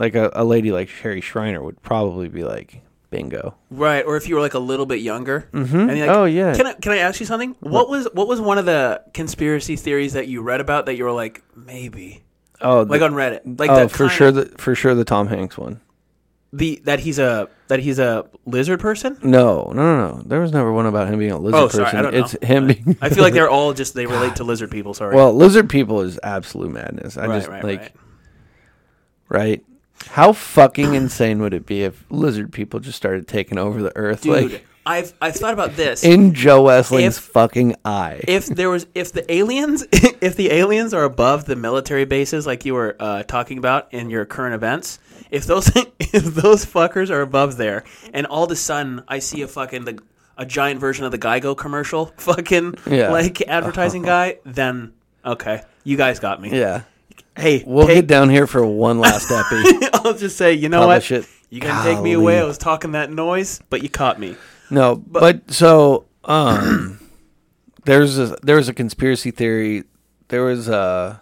S1: like a, a lady like Sherry Schreiner would probably be like, bingo.
S2: Right, or if you were like a little bit younger, and you're like,
S1: Oh, yeah.
S2: Can I can I ask you something? What, was what was one of the conspiracy theories that you read about that you were like maybe
S1: Oh,
S2: like
S1: the-
S2: on Reddit, like
S1: oh,
S2: that
S1: for
S2: kinda-
S1: sure the for sure the Tom Hanks one.
S2: the that he's a that he's a lizard person.
S1: No, no, no, no. There was never one about him being a lizard
S2: Oh,
S1: person.
S2: sorry, I don't know.
S1: it's him being.
S2: I feel like they're all just they relate to lizard people. Sorry,
S1: well, lizard people is absolute madness. I
S2: right,
S1: just
S2: right,
S1: like
S2: right.
S1: right? How fucking insane would it be if lizard people just started taking over the earth,
S2: Dude,
S1: like
S2: I've I've thought about this.
S1: in Joe Wesley's
S2: If-
S1: fucking eye?
S2: if there was if the aliens if the aliens are above the military bases like you were uh, talking about in your current events if those if those fuckers are above there and all of a sudden i see a fucking the, a giant version of the geico commercial fucking
S1: Yeah.
S2: like advertising guy then okay you guys got me
S1: yeah,
S2: hey
S1: we'll
S2: take-
S1: get down here for one last epi.
S2: i'll just say you know
S1: Publish
S2: what
S1: it.
S2: you can take
S1: Golly.
S2: me away i was talking that noise but you caught me
S1: No, but, so um, there's a, there was a conspiracy theory. There was a.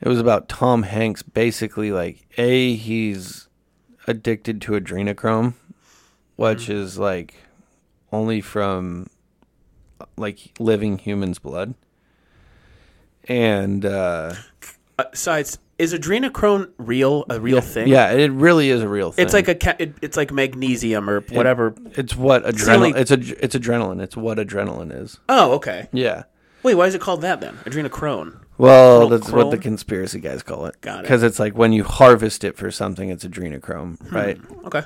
S1: It was about Tom Hanks basically like a he's addicted to adrenochrome,
S2: Mm-hmm.
S1: which is like only from like living humans' blood, and. uh
S2: uh, sides is adrenochrome real a real thing
S1: yeah, it really is a real thing.
S2: it's like a ca- it, it's like magnesium or whatever
S1: it's what
S2: really-
S1: adrenaline. It's, a it's adrenaline. It's what adrenaline is.
S2: Oh, okay.
S1: Yeah.
S2: Wait, why is it called that then? Adrenochrome.
S1: Well, that's what the
S2: chrome?
S1: conspiracy guys call it.
S2: Got it.
S1: Because it's like when you harvest it for something, it's adrenochrome,
S2: Hmm.
S1: right?
S2: Okay.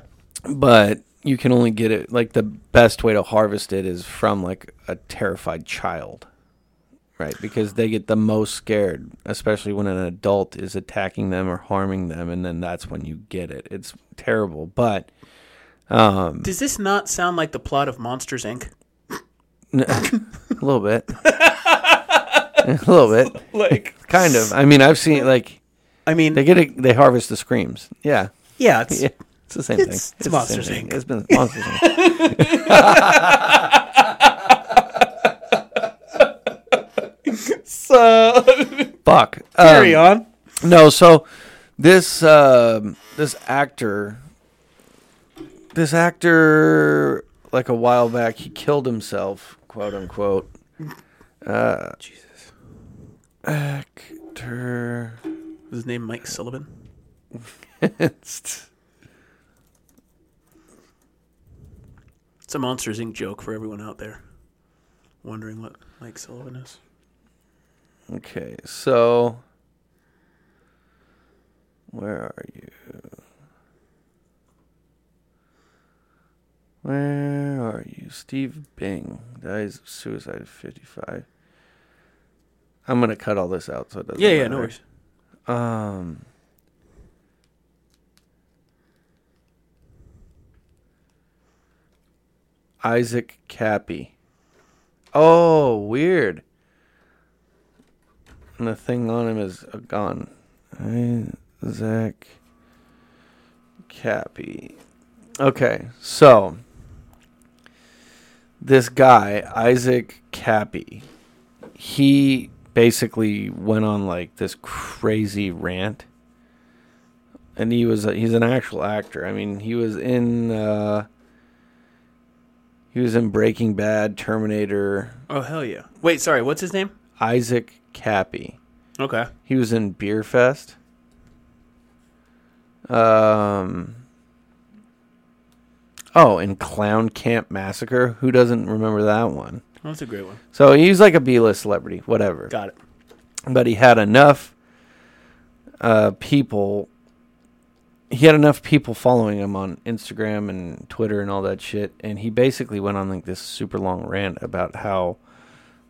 S1: But you can only get it, like, the best way to harvest it is from, like, a terrified child, right? Because they get the most scared, especially when an adult is attacking them or harming them. And then that's when you get it. It's terrible. But
S2: Does this not sound like the plot of Monsters Inc?
S1: a little bit. a little bit.
S2: Like,
S1: Kind of. I mean, I've seen, like,
S2: I mean,
S1: they get it, they harvest the screams. Yeah.
S2: yeah, it's,
S1: Yeah, it's the same thing.
S2: It's- it's
S1: the same
S2: Monsters,
S1: thing.
S2: Inc.
S1: It's been Monsters Inc. Fuck.
S2: carry
S1: Um,
S2: on.
S1: No, so this um, this actor, this actor, like a while back, he killed himself, quote unquote. Uh, Jesus. Actor.
S2: Is his name Mike Sullivan?
S1: It's-
S2: It's a Monsters Inc joke for everyone out there wondering what Mike Sullivan is.
S1: Okay, so where are you? Where are you? Steve Bing dies of suicide at 55. I'm gonna cut all this out so it doesn't.
S2: Yeah, yeah,
S1: matter.
S2: no worries.
S1: Um. Isaac Cappy. Oh, weird. And the thing on him is uh, gone. Isaac Cappy. Okay, so this guy, Isaac Cappy, he basically went on like this crazy rant and he was a, he's an actual actor i mean he was in uh he was in breaking bad terminator
S2: Oh, hell yeah. Wait, sorry, what's his name?
S1: isaac cappy
S2: Okay.
S1: he was in beer fest um Oh, and Clown Camp Massacre. Who doesn't remember that one?
S2: That's a great one.
S1: So he's like a B-list celebrity, whatever.
S2: Got it.
S1: but he had enough uh, people. He had enough people following him on Instagram and Twitter and all that shit, and he basically went on like this super long rant about how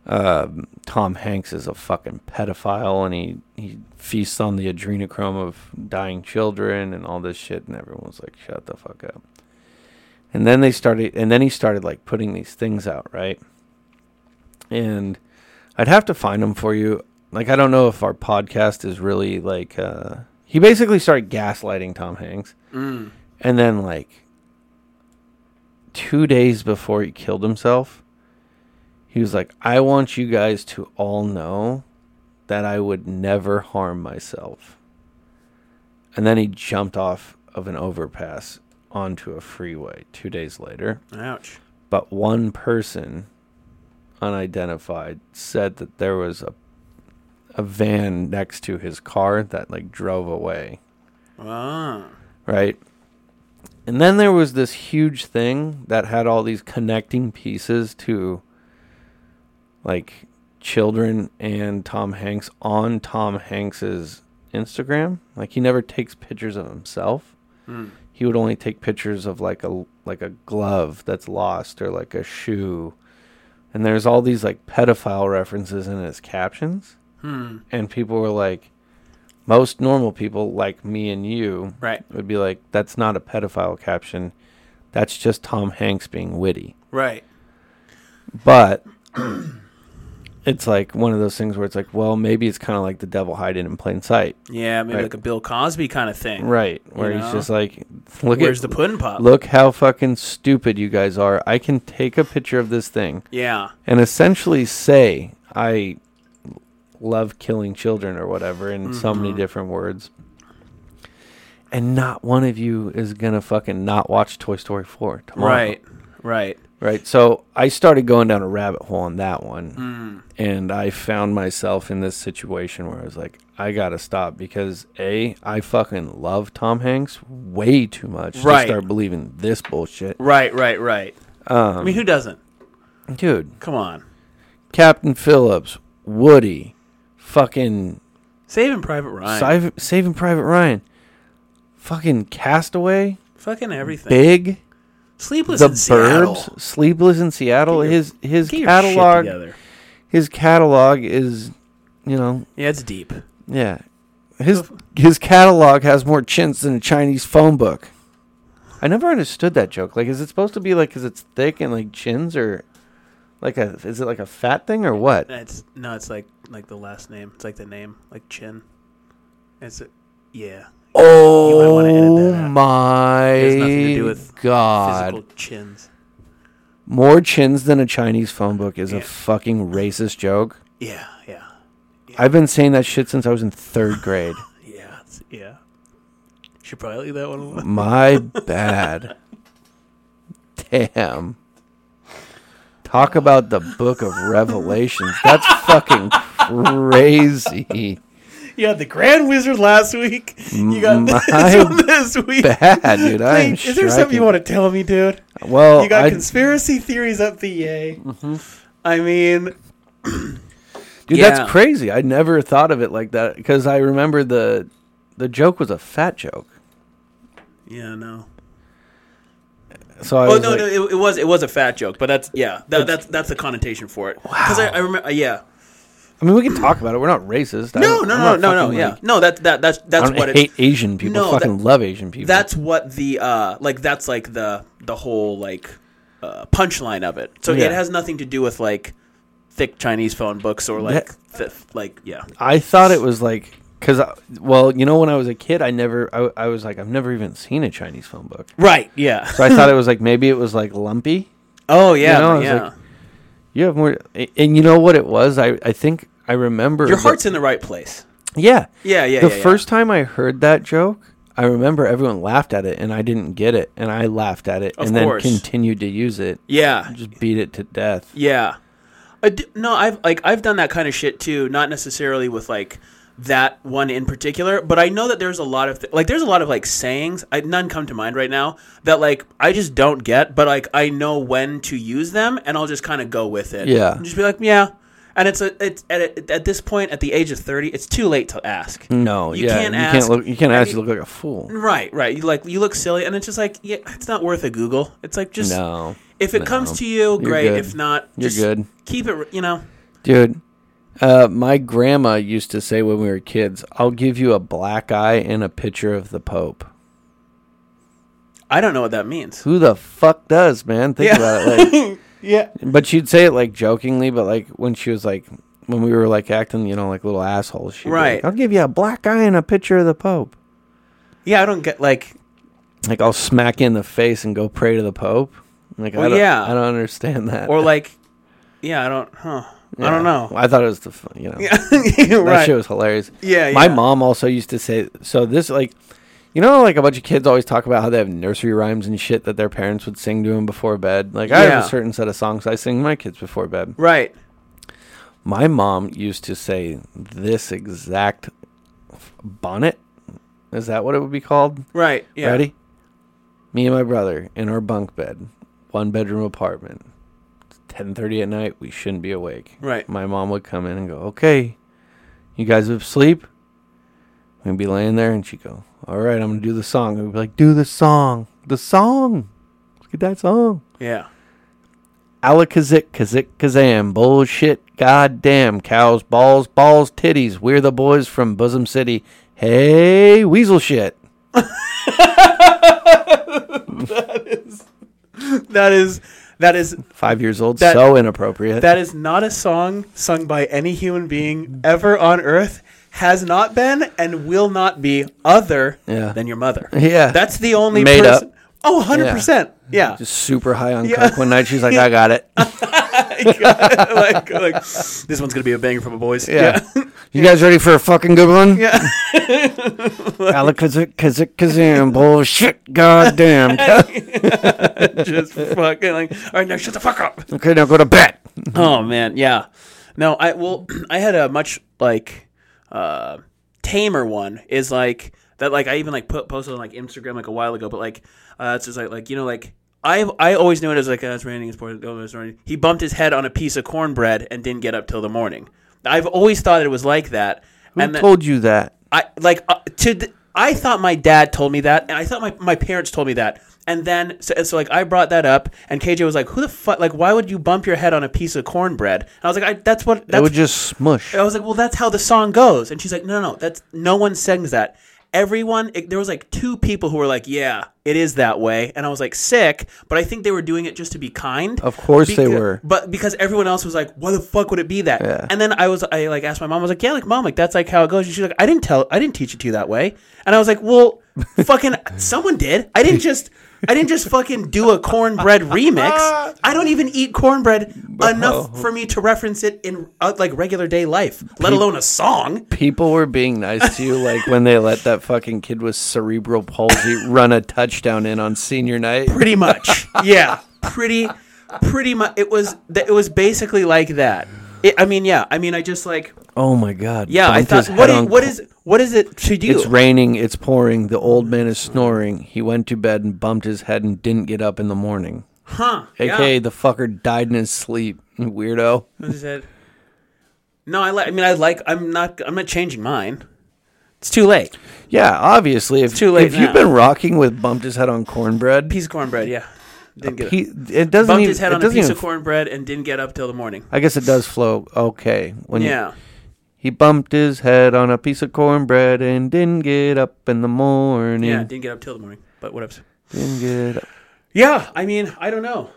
S1: um Tom Hanks is a fucking pedophile and he he feasts on the adrenochrome of dying children and all this shit, and everyone was like, "Shut the fuck up." And then they started, and then he started like putting these things out, right? And I'd have to find them for you. Like I don't know if our podcast is really like uh he basically started gaslighting Tom Hanks. And then like 2 days before he killed himself, he was like, "I want you guys to all know that I would never harm myself." And then he jumped off of an overpass onto a freeway 2 days later
S2: Ouch.
S1: but one person unidentified said that there was a a van next to his car that like drove away
S2: Ah.
S1: right and then there was this huge thing that had all these connecting pieces to like children and Tom Hanks on Tom Hanks's Instagram like he never takes pictures of himself he would only take pictures of like a like a glove that's lost or like a shoe and there's all these like pedophile references in his captions and people were like most normal people like me and you
S2: Right.
S1: would be like that's not a pedophile caption that's just tom hanks being witty
S2: Right.
S1: but it's like one of those things where it's like well maybe it's kind of like the devil hiding in plain sight
S2: Yeah, maybe
S1: Right.
S2: like a Bill Cosby kind of thing.
S1: right where
S2: You
S1: he's
S2: know?
S1: just like look
S2: Where's
S1: at
S2: the pudding pop?
S1: look how fucking stupid you guys are i can take a picture of this thing
S2: Yeah.
S1: and essentially say I love killing children or whatever in so
S2: Mm-hmm.
S1: many different words. And not one of you is gonna fucking not watch Toy Story four tomorrow.
S2: Right. Right.
S1: Right. So I started going down a rabbit hole on that
S2: Mm.
S1: one. And I found myself in this situation where I was like, I gotta stop because A, I fucking love Tom Hanks way too much
S2: Right.
S1: to start believing this bullshit.
S2: Right. Right. Right. I
S1: Um,
S2: mean, who doesn't?
S1: Dude,
S2: Come on.
S1: Captain Phillips, Woody, fucking
S2: Saving Private Ryan.
S1: Siv- Saving Private Ryan, fucking Castaway,
S2: Fucking everything.
S1: Big,
S2: Sleepless
S1: The
S2: in Seattle.
S1: Burbs, Sleepless in Seattle.
S2: Get your-
S1: his his
S2: Get your shit
S1: catalog
S2: together.
S1: his catalog is, you know,
S2: Yeah, it's deep.
S1: yeah, his his catalog has more chins than a Chinese phone book. I never understood that joke. Like, is it supposed to be like because it's thick and like chins or? Like a is it like a fat thing or what?
S2: It's no, it's like like the last name. It's like the name, like Chin. It's a, yeah, might wanna edit
S1: Oh
S2: that out.
S1: my
S2: It has nothing to do with
S1: god!
S2: physical chins.
S1: More chins than a Chinese phone book is a
S2: Yeah.
S1: fucking racist joke.
S2: Yeah, yeah,
S1: I've been saying that shit since I was in third grade.
S2: yeah, it's, yeah. Should probably leave that one alone.
S1: My bad. Damn. Talk about the book of Revelations. That's fucking crazy.
S2: You had the Grand Wizard last week. You got
S1: My
S2: this one this week.
S1: Bad, dude. I am
S2: Wait, is there something you want to tell me, dude?
S1: to? Well,
S2: You got
S1: Oh, I- Mm-hmm.
S2: conspiracy theories up the yay. I mean,
S1: dude,
S2: Yeah.
S1: that's crazy. I never thought of it like that because I remember the the joke was a fat joke.
S2: yeah, no.
S1: So I
S2: Oh
S1: was
S2: no,
S1: like,
S2: no, it, it was it was a fat joke, but that's yeah, that, that's that's the connotation for it. Because I, I remember, yeah,
S1: I mean, we can talk about it. We're not racist. I
S2: No,
S1: don't-
S2: no,
S1: I'm
S2: no,
S1: not
S2: no, no.
S1: fucking,
S2: yeah,
S1: like-
S2: no. That that that's
S1: I
S2: that's
S1: don't
S2: what
S1: hate
S2: it's
S1: Asian people.
S2: No,
S1: I fucking
S2: that-
S1: love Asian people.
S2: that's what the uh like that's like the the whole like uh, punchline of it. So
S1: Yeah.
S2: it has nothing to do with like thick Chinese phone books or like th- like yeah.
S1: I thought it was like because well, you know, when I was a kid, I never I, I was like I've never even seen a Chinese phone book.
S2: Right. Yeah.
S1: So I thought it was like maybe it was like lumpy.
S2: Oh yeah.
S1: You know, I was
S2: yeah.
S1: like, You have more, a- and you know what it was. I I think I remember
S2: Your
S1: the-
S2: heart's in the right place.
S1: yeah
S2: Yeah, yeah,
S1: The
S2: yeah, yeah.
S1: first time I heard that joke. I remember everyone laughed at it and I didn't get it and I laughed at it
S2: Of
S1: and then
S2: course.
S1: continued to use it.
S2: Yeah.
S1: Just beat it to death.
S2: Yeah. I d- no, I've like I've done that kind of shit too. Not necessarily with like that one in particular, but I know that there's a lot of th- like there's a lot of like sayings. I, none come to mind right now that like I just don't get, but like I know when to use them, and I'll just kind of go with it.
S1: Yeah.
S2: And just be like, yeah. And it's a it's at, a, at this point at the age of thirty, it's too late to ask.
S1: No,
S2: You
S1: yeah,
S2: can't
S1: you
S2: ask-
S1: can't look. You can't
S2: I
S1: ask. You
S2: mean-
S1: look like a fool.
S2: Right, right. You like you look silly, and it's just like yeah, it's not worth a Google. It's like just
S1: No,
S2: if it
S1: no.
S2: comes to you, great.
S1: good.
S2: If not,
S1: You're
S2: just
S1: good.
S2: Keep it, you know.
S1: dude. Uh, my grandma used to say when we were kids, "I'll give you a black eye and a picture of the Pope."
S2: I don't know what that means.
S1: Who the fuck does, man? Think
S2: Yeah.
S1: about it. Like,
S2: Yeah,
S1: but she'd say it like jokingly, but like when she was like when we were like acting, you know, like little assholes. She'd be like,
S2: Right.
S1: I'll give you a black eye and a picture of the Pope.
S2: yeah. I don't get like
S1: Like I'll smack you in the face and go pray to the Pope. Like I
S2: Well,
S1: don't,
S2: yeah.
S1: I don't understand that.
S2: or like yeah. I don't. Huh. I don't know.
S1: I thought it was the fun, you know. That
S2: right.
S1: shit was hilarious.
S2: Yeah,
S1: My
S2: yeah.
S1: mom also used to say so this like you know like a bunch of kids always talk about how they have nursery rhymes and shit that their parents would sing to them before bed. Like I have
S2: Yeah.
S1: a certain set of songs I sing my kids before bed.
S2: Right.
S1: My mom used to say this exact f- bonnet. Is that what it would be called?
S2: Right. Yeah.
S1: Ready? Me and my brother in our bunk bed, one bedroom apartment. Ten thirty at night, we shouldn't be awake.
S2: Right.
S1: My mom would come in and go, Okay, you guys have sleep? We'd be laying there and she'd go, All right, I'm gonna do the song. We'd be like, Do the song. The song. Look at that song.
S2: Yeah.
S1: Alakazik, kazik, kazam, bullshit, goddamn, cows, balls, balls, titties. We're the boys from Bosom City. Hey, weasel shit.
S2: That is that is
S1: Five years old,
S2: That-
S1: so inappropriate.
S2: that is not a song sung by any human being ever on earth. Has not been and will not be other
S1: Yeah.
S2: than your mother.
S1: Yeah.
S2: That's the only
S1: Made up.
S2: person. Oh, 100%. Yeah.
S1: just super high on
S2: Yeah.
S1: coke one night. She's like, I got it.
S2: like, like, this one's going to be a banger for my boys.
S1: Yeah. you guys ready for a fucking good one?
S2: Yeah.
S1: Alakazik, kazik, kazam, bullshit, goddamn.
S2: just fucking like, all right, now shut the fuck up.
S1: okay, now go to bed.
S2: oh man, yeah. No, I well, I had a much like uh, tamer one. Is like that like I even like put posted on like Instagram like a while ago, but like uh, it's just like like you know like. I I always knew it as like oh, it's raining, it's pouring, oh, it's raining. He bumped his head on a piece of cornbread and didn't get up till the morning. I've always thought it was like that.
S1: Who
S2: and then-
S1: told you that?
S2: I like uh, to. Th- I thought my dad told me that, and I thought my, my parents told me that, and then so, so like I brought that up, and KJ was like, "Who the fuck? Like, why would you bump your head on a piece of cornbread?" And I was like, I, "That's what."
S1: It
S2: That's,
S1: would just smush.
S2: I was like, "Well, that's how the song goes," and she's like, "No, no, no that's no one sings that." Everyone, it, there was like two people who were like, "Yeah, it is that way," and I was like, "Sick," but I think they were doing it just to be kind.
S1: Of course they
S2: Beca-
S1: were.
S2: but because everyone else was like, "Why the fuck would it be that?"
S1: Yeah.
S2: And then I was, I like asked my mom, I was like, "Yeah, like mom, like that's like how it goes." And she's like, "I didn't tell, I didn't teach it to you that way." And I was like, "Well, fucking, someone did. I didn't just, I didn't just fucking do a cornbread remix. I don't even eat cornbread enough for me to reference it in uh, like regular day life, let alone a song."
S1: People were being nice to you, like when they let that fucking kid with cerebral palsy run a touchdown in on senior night.
S2: Pretty much, yeah, pretty, pretty much. It was, it was basically like that. It, I mean, yeah, I mean, I just like.
S1: Oh my god!
S2: Yeah, I
S1: Bumped
S2: thought.
S1: his head
S2: What is,
S1: on
S2: what is what is it to do?
S1: It's raining, it's pouring, the old man is snoring. He went to bed and bumped his head and didn't get up in the morning.
S2: huh?
S1: AKA
S2: Yeah.
S1: the fucker died in his sleep, weirdo.
S2: I just said- No, I like. I mean, I like. I'm not. I'm not changing mine. It's too late.
S1: Yeah, obviously if
S2: too late
S1: if you've
S2: now.
S1: been rocking with bumped his head on cornbread,
S2: Piece of cornbread. Yeah, didn't get
S1: he,
S2: it.
S1: it doesn't
S2: Bumped
S1: even
S2: his head
S1: it
S2: on a
S1: doesn't
S2: piece
S1: even-
S2: of cornbread and didn't get up till the morning.
S1: I guess it does flow okay when you-
S2: Yeah.
S1: he bumped his head on a piece of cornbread and didn't get up in the morning.
S2: Yeah, didn't get up till the morning. But what else?
S1: Didn't get up.
S2: Yeah, I mean, I don't know.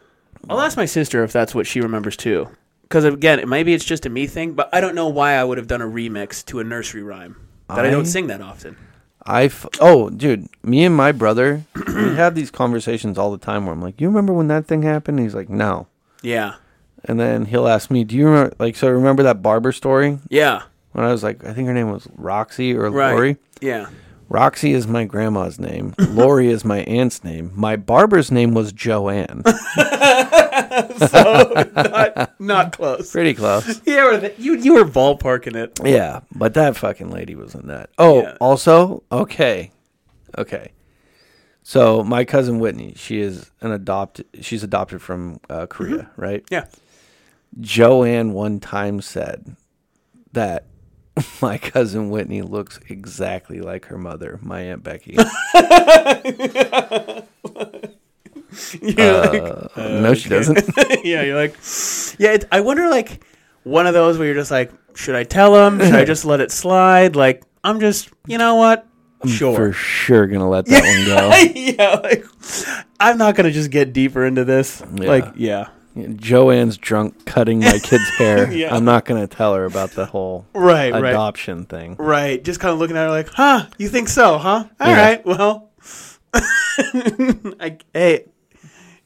S2: I'll ask my sister if that's what she remembers too. Because again, it- maybe it's just a me thing, but I don't know why I would have done a remix to a nursery rhyme that I,
S1: I-
S2: don't sing that often.
S1: I f- oh dude, me and my brother, we have these conversations all the time where I'm like, "You remember when that thing happened?" And he's like, "No."
S2: Yeah,
S1: And then he'll ask me, "Do you remember like so remember that barber story?"
S2: yeah,
S1: When I was like, I think her name was Roxy or
S2: right.
S1: Lori.
S2: Yeah,
S4: Roxy is my grandma's name. Lori is my aunt's name. My barber's name was Joanne.
S2: Not close.
S4: Pretty close.
S2: Yeah, or the- you you were ballparking it.
S4: Yeah, but that fucking lady was in that. Oh,
S2: Yeah.
S4: also, okay. Okay. So, my cousin Whitney, she is an adopted she's adopted from uh, Korea, right?
S2: Mm-hmm. Yeah.
S4: Joanne one time said that my cousin Whitney looks exactly like her mother, my Aunt Becky.
S2: You're like-
S4: Uh, no, she doesn't.
S2: yeah, you're like, yeah. It, I wonder, like, one of those where you're just like, should I tell him? Should I just let it slide? Like, I'm just, you know what?
S4: Mm, For
S2: Sure.
S4: sure gonna let that one go.
S2: yeah, like, I'm not gonna just get deeper into this. Like, yeah,
S4: Joanne's drunk cutting my kid's hair.
S2: Yeah.
S4: I'm not going to tell her about the whole
S2: right, right,
S4: adoption thing.
S2: right. Just kind of looking at her like, huh? You think so? Huh? All right.
S4: Yeah.
S2: Well, I, hey,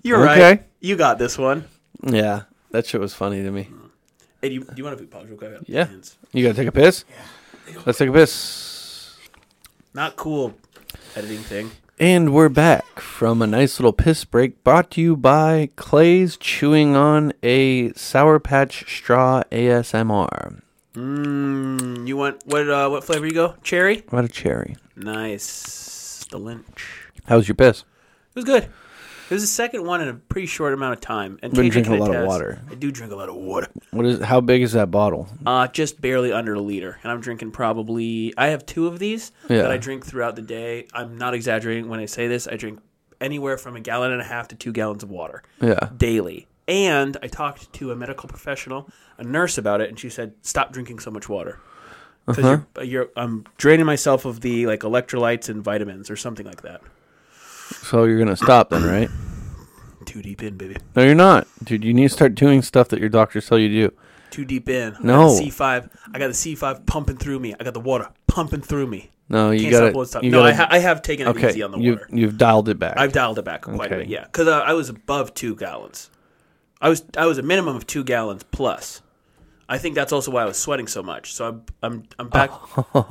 S2: you're right.
S4: Okay.
S2: You got this one.
S4: Yeah, that shit was funny to me.
S2: Hey, do you, do you want to pause real quick?
S4: Yeah. You got to take a piss? Let's take a piss.
S2: Not cool. Editing thing.
S4: And we're back from a nice little piss break brought to you by Clay's chewing on a Sour Patch Straw ASMR.
S2: Mm, you want what? Uh, what flavor you go? Cherry.
S4: What a cherry.
S2: Nice. The lynch. It
S4: How's your piss?
S2: was good. It was the second one in a pretty short amount of time. And
S4: Been
S2: Tasia
S4: drinking
S2: can
S4: a lot of
S2: attest,
S4: water.
S2: I do drink a lot of water.
S4: What is how big is that bottle?
S2: Uh, just barely under a liter, and I'm drinking probably. I have two of these
S4: Yeah.
S2: that I drink throughout the day. I'm not exaggerating when I say this. I drink anywhere from a gallon and a half to two gallons of water
S4: Yeah.
S2: daily. And I talked to a medical professional, a nurse, about it, and she said, "Stop drinking so much water."
S4: Uh-huh.
S2: Because you're, uh, you're, I'm draining myself of the like electrolytes and vitamins or something like that.
S4: So you're gonna stop then, right?
S2: Too deep in, baby.
S4: No, you're not, dude. You need to start doing stuff that your doctors tell you to do.
S2: Too deep in.
S4: No.
S2: C five. I got the C five pumping through me. I got the water pumping through me.
S4: No, you
S2: Can't
S4: gotta.
S2: stop, won't stop.
S4: You
S2: No,
S4: gotta
S2: I, ha- I have taken it
S4: okay,
S2: easy on the
S4: you've
S2: water.
S4: you've dialed it back.
S2: I've dialed it back quite
S4: Okay.
S2: a bit. Yeah, because uh, I was above two gallons. I was I was a minimum of two gallons plus. I think that's also why I was sweating so much. So I'm I'm I'm back.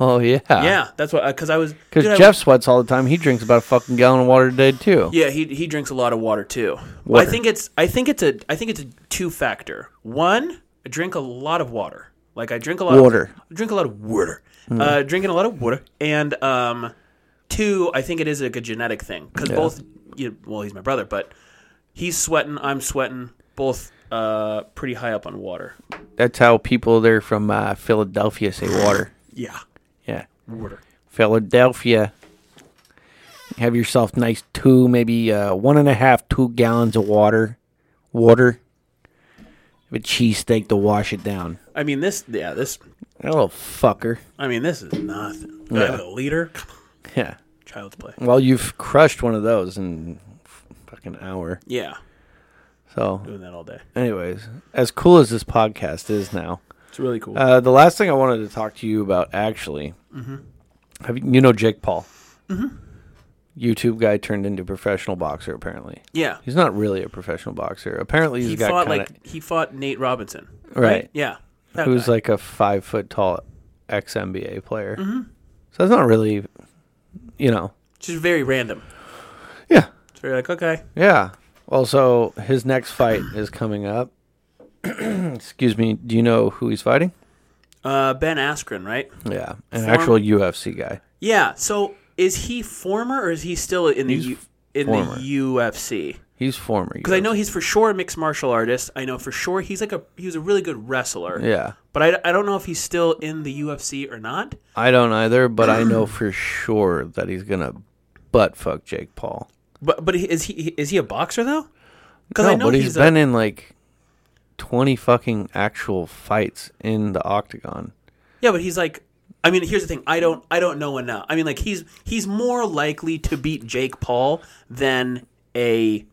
S4: oh yeah,
S2: Yeah, that's why because I was dude, I-
S4: Because Jeff sweats all the time. He drinks about a fucking gallon of water a day too.
S2: Yeah, he he drinks a lot of water too.
S4: Water.
S2: I think it's I think it's a I think it's a two factor. One, I drink a lot of water. Like I drink a lot
S4: Water.
S2: Of, I drink a lot of water. Uh, drinking a lot of water. And um, two, I think it is like a genetic thing because both. You, well, he's my brother, but he's sweating. I'm sweating. Both uh, pretty high up on water.
S4: That's how people there from uh, Philadelphia say water.
S2: Yeah,
S4: Yeah,
S2: water.
S4: Philadelphia. Have yourself nice two, maybe uh, one and a half, two gallons of water. Water. Have a cheesesteak to wash it down.
S2: I mean this. Yeah, this.
S4: That little fucker.
S2: I mean this is nothing. I have a liter. Come on,
S4: Yeah.
S2: Child's play.
S4: Well, you've crushed one of those in f- fucking hour.
S2: Yeah,
S4: So,
S2: doing that all day.
S4: anyways, as cool as this podcast is now,
S2: It's really cool.
S4: uh, the last thing I wanted to talk to you about actually,
S2: Mm-hmm.
S4: have you, you know Jake Paul? YouTube guy turned into professional boxer. Apparently,
S2: yeah.
S4: he's not really a professional boxer. Apparently, he's
S2: he
S4: got
S2: fought
S4: kinda,
S2: like he fought Nate Robinson,
S4: Right.
S2: Yeah, that
S4: who's
S2: guy.
S4: like a five foot tall ex NBA player.
S2: Mm-hmm.
S4: So that's not really, you know,
S2: just very random.
S4: yeah,
S2: It's very like okay,
S4: Yeah. Well, so his next fight is coming up. Excuse me. Do you know who he's fighting?
S2: uh, Ben Askren, right?
S4: Yeah, an
S2: Form-
S4: actual UFC guy.
S2: Yeah. So is he former or is he still in the U- in
S4: former.
S2: the UFC?
S4: He's former.
S2: Because I know he's for sure a mixed martial artist. I know for sure he's like a he was a really good wrestler.
S4: Yeah,
S2: But I, I don't know if he's still in the UFC or not.
S4: I don't either, but I know for sure that he's gonna butt fuck Jake Paul.
S2: But but is he is he a boxer though? Because
S4: No,
S2: I know
S4: but
S2: he's,
S4: he's
S2: a-
S4: been in like twenty fucking actual fights in the octagon.
S2: Yeah, but he's like I mean, here's the thing. I don't I don't know enough. I mean, like he's he's more likely to beat Jake Paul than a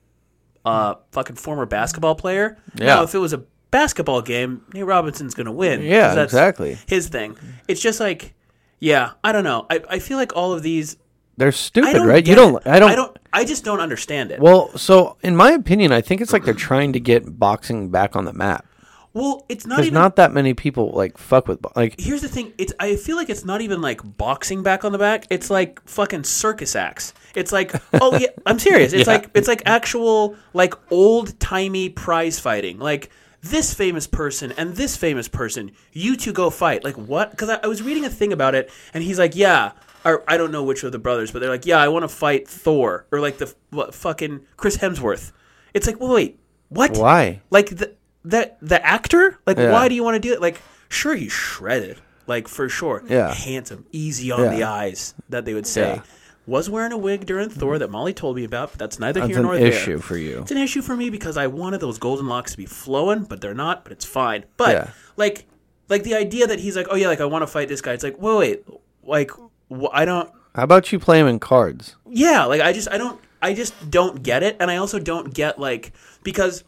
S2: uh fucking former basketball player.
S4: Yeah.
S2: Now, if it was a basketball game, Nate Robinson's going to win. 'cause
S4: Yeah, exactly.
S2: His thing. It's just like yeah, I don't know. I, I feel like all of these
S4: They're
S2: I
S4: stupid,
S2: don't
S4: right? You
S2: get
S4: don't,
S2: it.
S4: I don't.
S2: I don't I just don't understand it.
S4: Well, so in my opinion, I think it's like they're trying to get boxing back on the map.
S2: Well, it's not
S4: Because
S2: even.
S4: not that many people like fuck with bo- like
S2: here's the thing. It's. I feel like it's not even like boxing back on the back. It's like fucking circus acts. It's like, oh yeah, I'm serious. It's
S4: Yeah.
S2: like it's like actual like old timey prize fighting. Like this famous person and this famous person, you two go fight. Like what? Because I, I was reading a thing about it, and he's like, yeah. Or I don't know which of the brothers, but they're like, yeah, I want to fight Thor or like the f- what, fucking Chris Hemsworth. It's like, well, wait, what?
S4: why?
S2: like the the the actor like
S4: Yeah.
S2: why do you want to do it like sure he's shredded like for sure
S4: Yeah.
S2: handsome easy on
S4: Yeah.
S2: the eyes that they would say
S4: Yeah.
S2: was wearing a wig during thor that molly told me about but that's neither
S4: That's
S2: here
S4: an
S2: nor
S4: issue
S2: there
S4: for you.
S2: it's an issue for me because i wanted those golden locks to be flowing but they're not but it's fine but
S4: Yeah.
S2: like like the idea that he's like oh yeah like i want to fight this guy it's like whoa wait like wh- i don't
S4: How about you play him in cards?
S2: yeah like i just i don't i just don't get it and i also don't get like because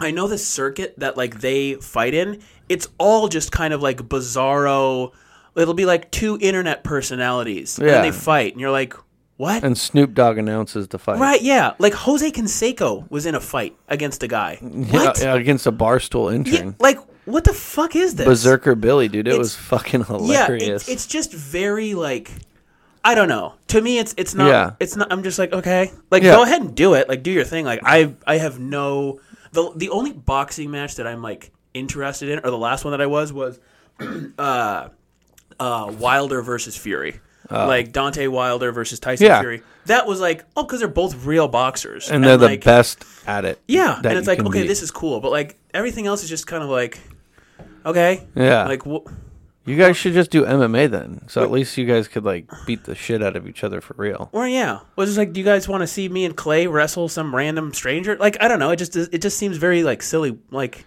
S2: i know the circuit that like they fight in it's all just kind of like bizarro it'll be like two internet personalities
S4: Yeah.
S2: and they fight and you're like what
S4: And Snoop Dogg announces the fight.
S2: right yeah like jose canseco was in a fight against a guy
S4: Yeah,
S2: what
S4: yeah, against a barstool intern.
S2: Yeah, like what the fuck is this
S4: Berserker Billy, dude. It
S2: It's-
S4: was fucking
S2: yeah
S4: hilarious.
S2: it's, it's just very like i don't know to me it's it's not
S4: Yeah.
S2: it's not i'm just like okay like
S4: Yeah.
S2: go ahead and do it like do your thing like i i have no the the only boxing match that i'm like interested in or the last one that i was was uh uh wilder versus fury like Dante Wilder versus Tyson
S4: Oh. Yeah.
S2: Fury. That was like, oh, because they're both real boxers,
S4: and they're the
S2: like,
S4: best at it.
S2: Yeah,
S4: that
S2: and it's
S4: you
S2: like,
S4: can
S2: okay,
S4: be.
S2: this is cool, but like everything else is just kind of like, okay,
S4: Yeah.
S2: like wh-
S4: You guys should just do MMA then. So at least you guys could like beat the shit out of each other for real.
S2: Or yeah, was just like, do you guys want to see me and Clay wrestle some random stranger? Like, I don't know. It just it just seems very like silly. Like,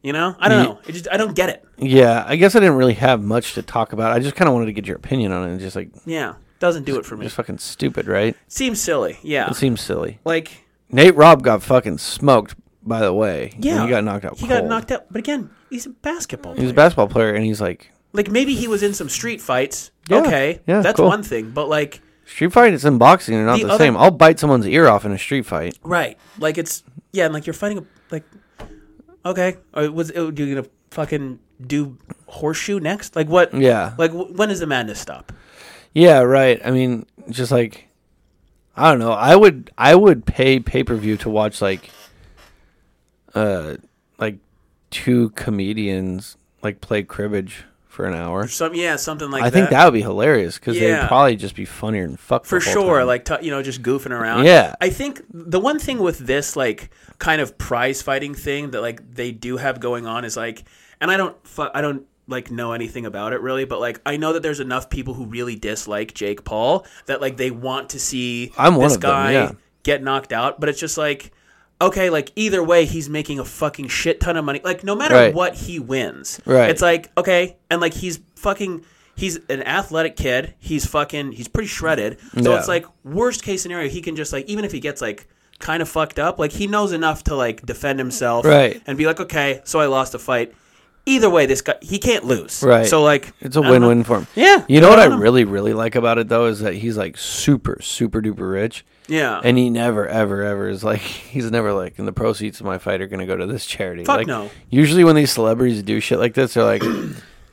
S2: you know, I don't
S4: Ye-
S2: know. It just I don't get it.
S4: Yeah, I guess I didn't really have much to talk about. I just kind of wanted to get your opinion on it. It's just like
S2: Yeah, doesn't do it for me.
S4: it's fucking stupid, right?
S2: Seems silly. Yeah,
S4: It seems silly.
S2: like
S4: Nate Robb got fucking smoked, by the way.
S2: yeah,
S4: and he got knocked out.
S2: He got
S4: cold.
S2: knocked out. But again, he's a basketball.
S4: He's
S2: Player.
S4: a basketball player, and he's like
S2: like maybe he was in some street fights.
S4: Yeah,
S2: okay,
S4: yeah,
S2: that's
S4: cool.
S2: one thing. But like,
S4: street fights and boxing are not
S2: The
S4: the,
S2: other-
S4: same. I'll bite someone's ear off in a street fight.
S2: right? Like it's yeah, and like you're fighting a like. Okay, or was oh, do you gonna fucking do horseshoe next? Like what?
S4: Yeah.
S2: Like wh- when does the madness stop?
S4: Yeah, right. I mean, just like I don't know. I would I would pay pay per view to watch like uh like two comedians like play cribbage for an hour.
S2: Some yeah, something like
S4: I
S2: that.
S4: think that would be hilarious because
S2: Yeah.
S4: they'd probably just be funnier and fuck the
S2: for
S4: whole
S2: sure,
S4: time.
S2: like t- you know, just goofing around.
S4: Yeah.
S2: I think the one thing with this like kind of prize fighting thing that like they do have going on is like, and I don't, fu- I don't like know anything about it really, but like I know that there's enough people who really dislike Jake Paul that like they want to see
S4: I'm one
S2: this
S4: of them,
S2: guy
S4: yeah.
S2: get knocked out, but it's just like. Okay, like either way, he's making a fucking shit ton of money. Like no matter
S4: Right.
S2: what, he wins.
S4: Right.
S2: It's like okay, and like he's fucking. He's an athletic kid. He's fucking. He's pretty shredded. So
S4: Yeah.
S2: it's like worst case scenario, he can just like even if he gets like kind of fucked up, like he knows enough to like defend himself,
S4: Right.
S2: And be like, okay, so I lost a fight. Either way, this guy he can't lose,
S4: Right.
S2: So like
S4: it's a
S2: I don't know.
S4: win-win for him.
S2: Yeah,
S4: You know what I
S2: don't know.
S4: really really like about it though is that he's like super super duper rich.
S2: Yeah.
S4: And he never, ever, ever is like he's never like, and the proceeds of my fight are gonna go to this charity.
S2: Fuck
S4: like,
S2: no.
S4: Usually when these celebrities do shit like this, they're like,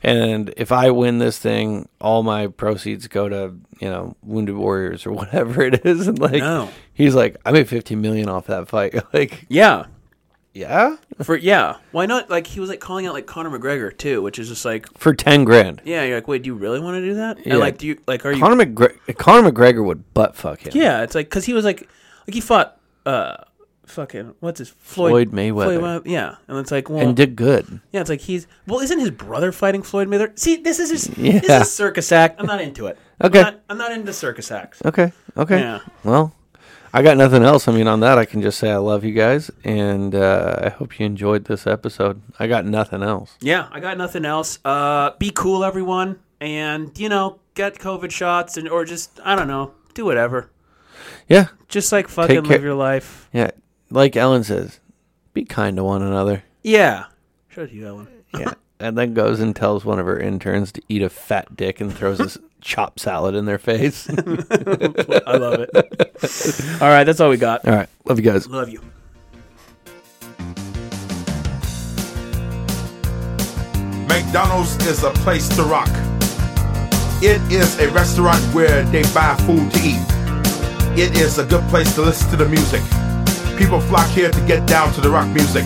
S4: and if I win this thing, all my proceeds go to you know wounded warriors or whatever it is. And like,
S2: No.
S4: he's like, I made fifteen million off that fight. like,
S2: yeah.
S4: yeah,
S2: For yeah, why not? Like he was like calling out like Conor McGregor too, which is just like
S4: for ten grand.
S2: yeah. You're like, wait, do you really want to do that?
S4: Yeah.
S2: And like, do you like are you
S4: Conor, McGre- Conor McGregor would butt fuck him.
S2: Yeah, it's like because he was like, like he fought, uh, fucking what's his Floyd,
S4: Floyd Mayweather.
S2: Floyd Maywe- yeah, and it's like, well,
S4: and did good.
S2: yeah, it's like he's well, isn't his brother fighting Floyd Mayweather? See, this is just
S4: Yeah.
S2: this is circus act. I'm not into it.
S4: Okay.
S2: I'm not, I'm not into circus acts.
S4: Okay. Okay.
S2: Yeah.
S4: Well, I got nothing else. I mean, on that, I can just say I love you guys, and uh, I hope you enjoyed this episode. I got nothing else.
S2: Yeah, I got nothing else. Uh, be cool, everyone, and you know, get COVID shots and or just I don't know, do whatever.
S4: Yeah.
S2: Just like fucking
S4: care.
S2: live your life.
S4: Yeah. Like Ellen says, be kind to one another.
S2: Yeah. Shut you, Ellen.
S4: Yeah. and then goes and tells one of her interns to eat a fat dick and throws this chopped salad in their face. all
S2: I love it. All right, that's all we got.
S4: right. Love you guys.
S2: Love you.
S5: McDonald's is a place to rock. It is a restaurant where they buy food to eat. It is a good place to listen to the music. People flock here to get down to the rock music.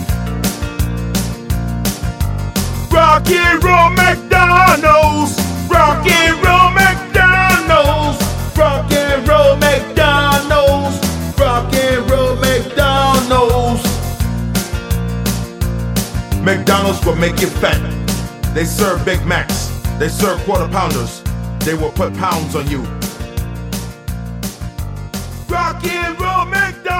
S5: Rock and roll McDonald's. Rock and roll McDonald's. Rock and roll McDonald's. Rock and roll McDonald's. McDonald's will make you fat. They serve Big Macs. They serve quarter pounders. They will put pounds on you. Rock and roll McDonald's.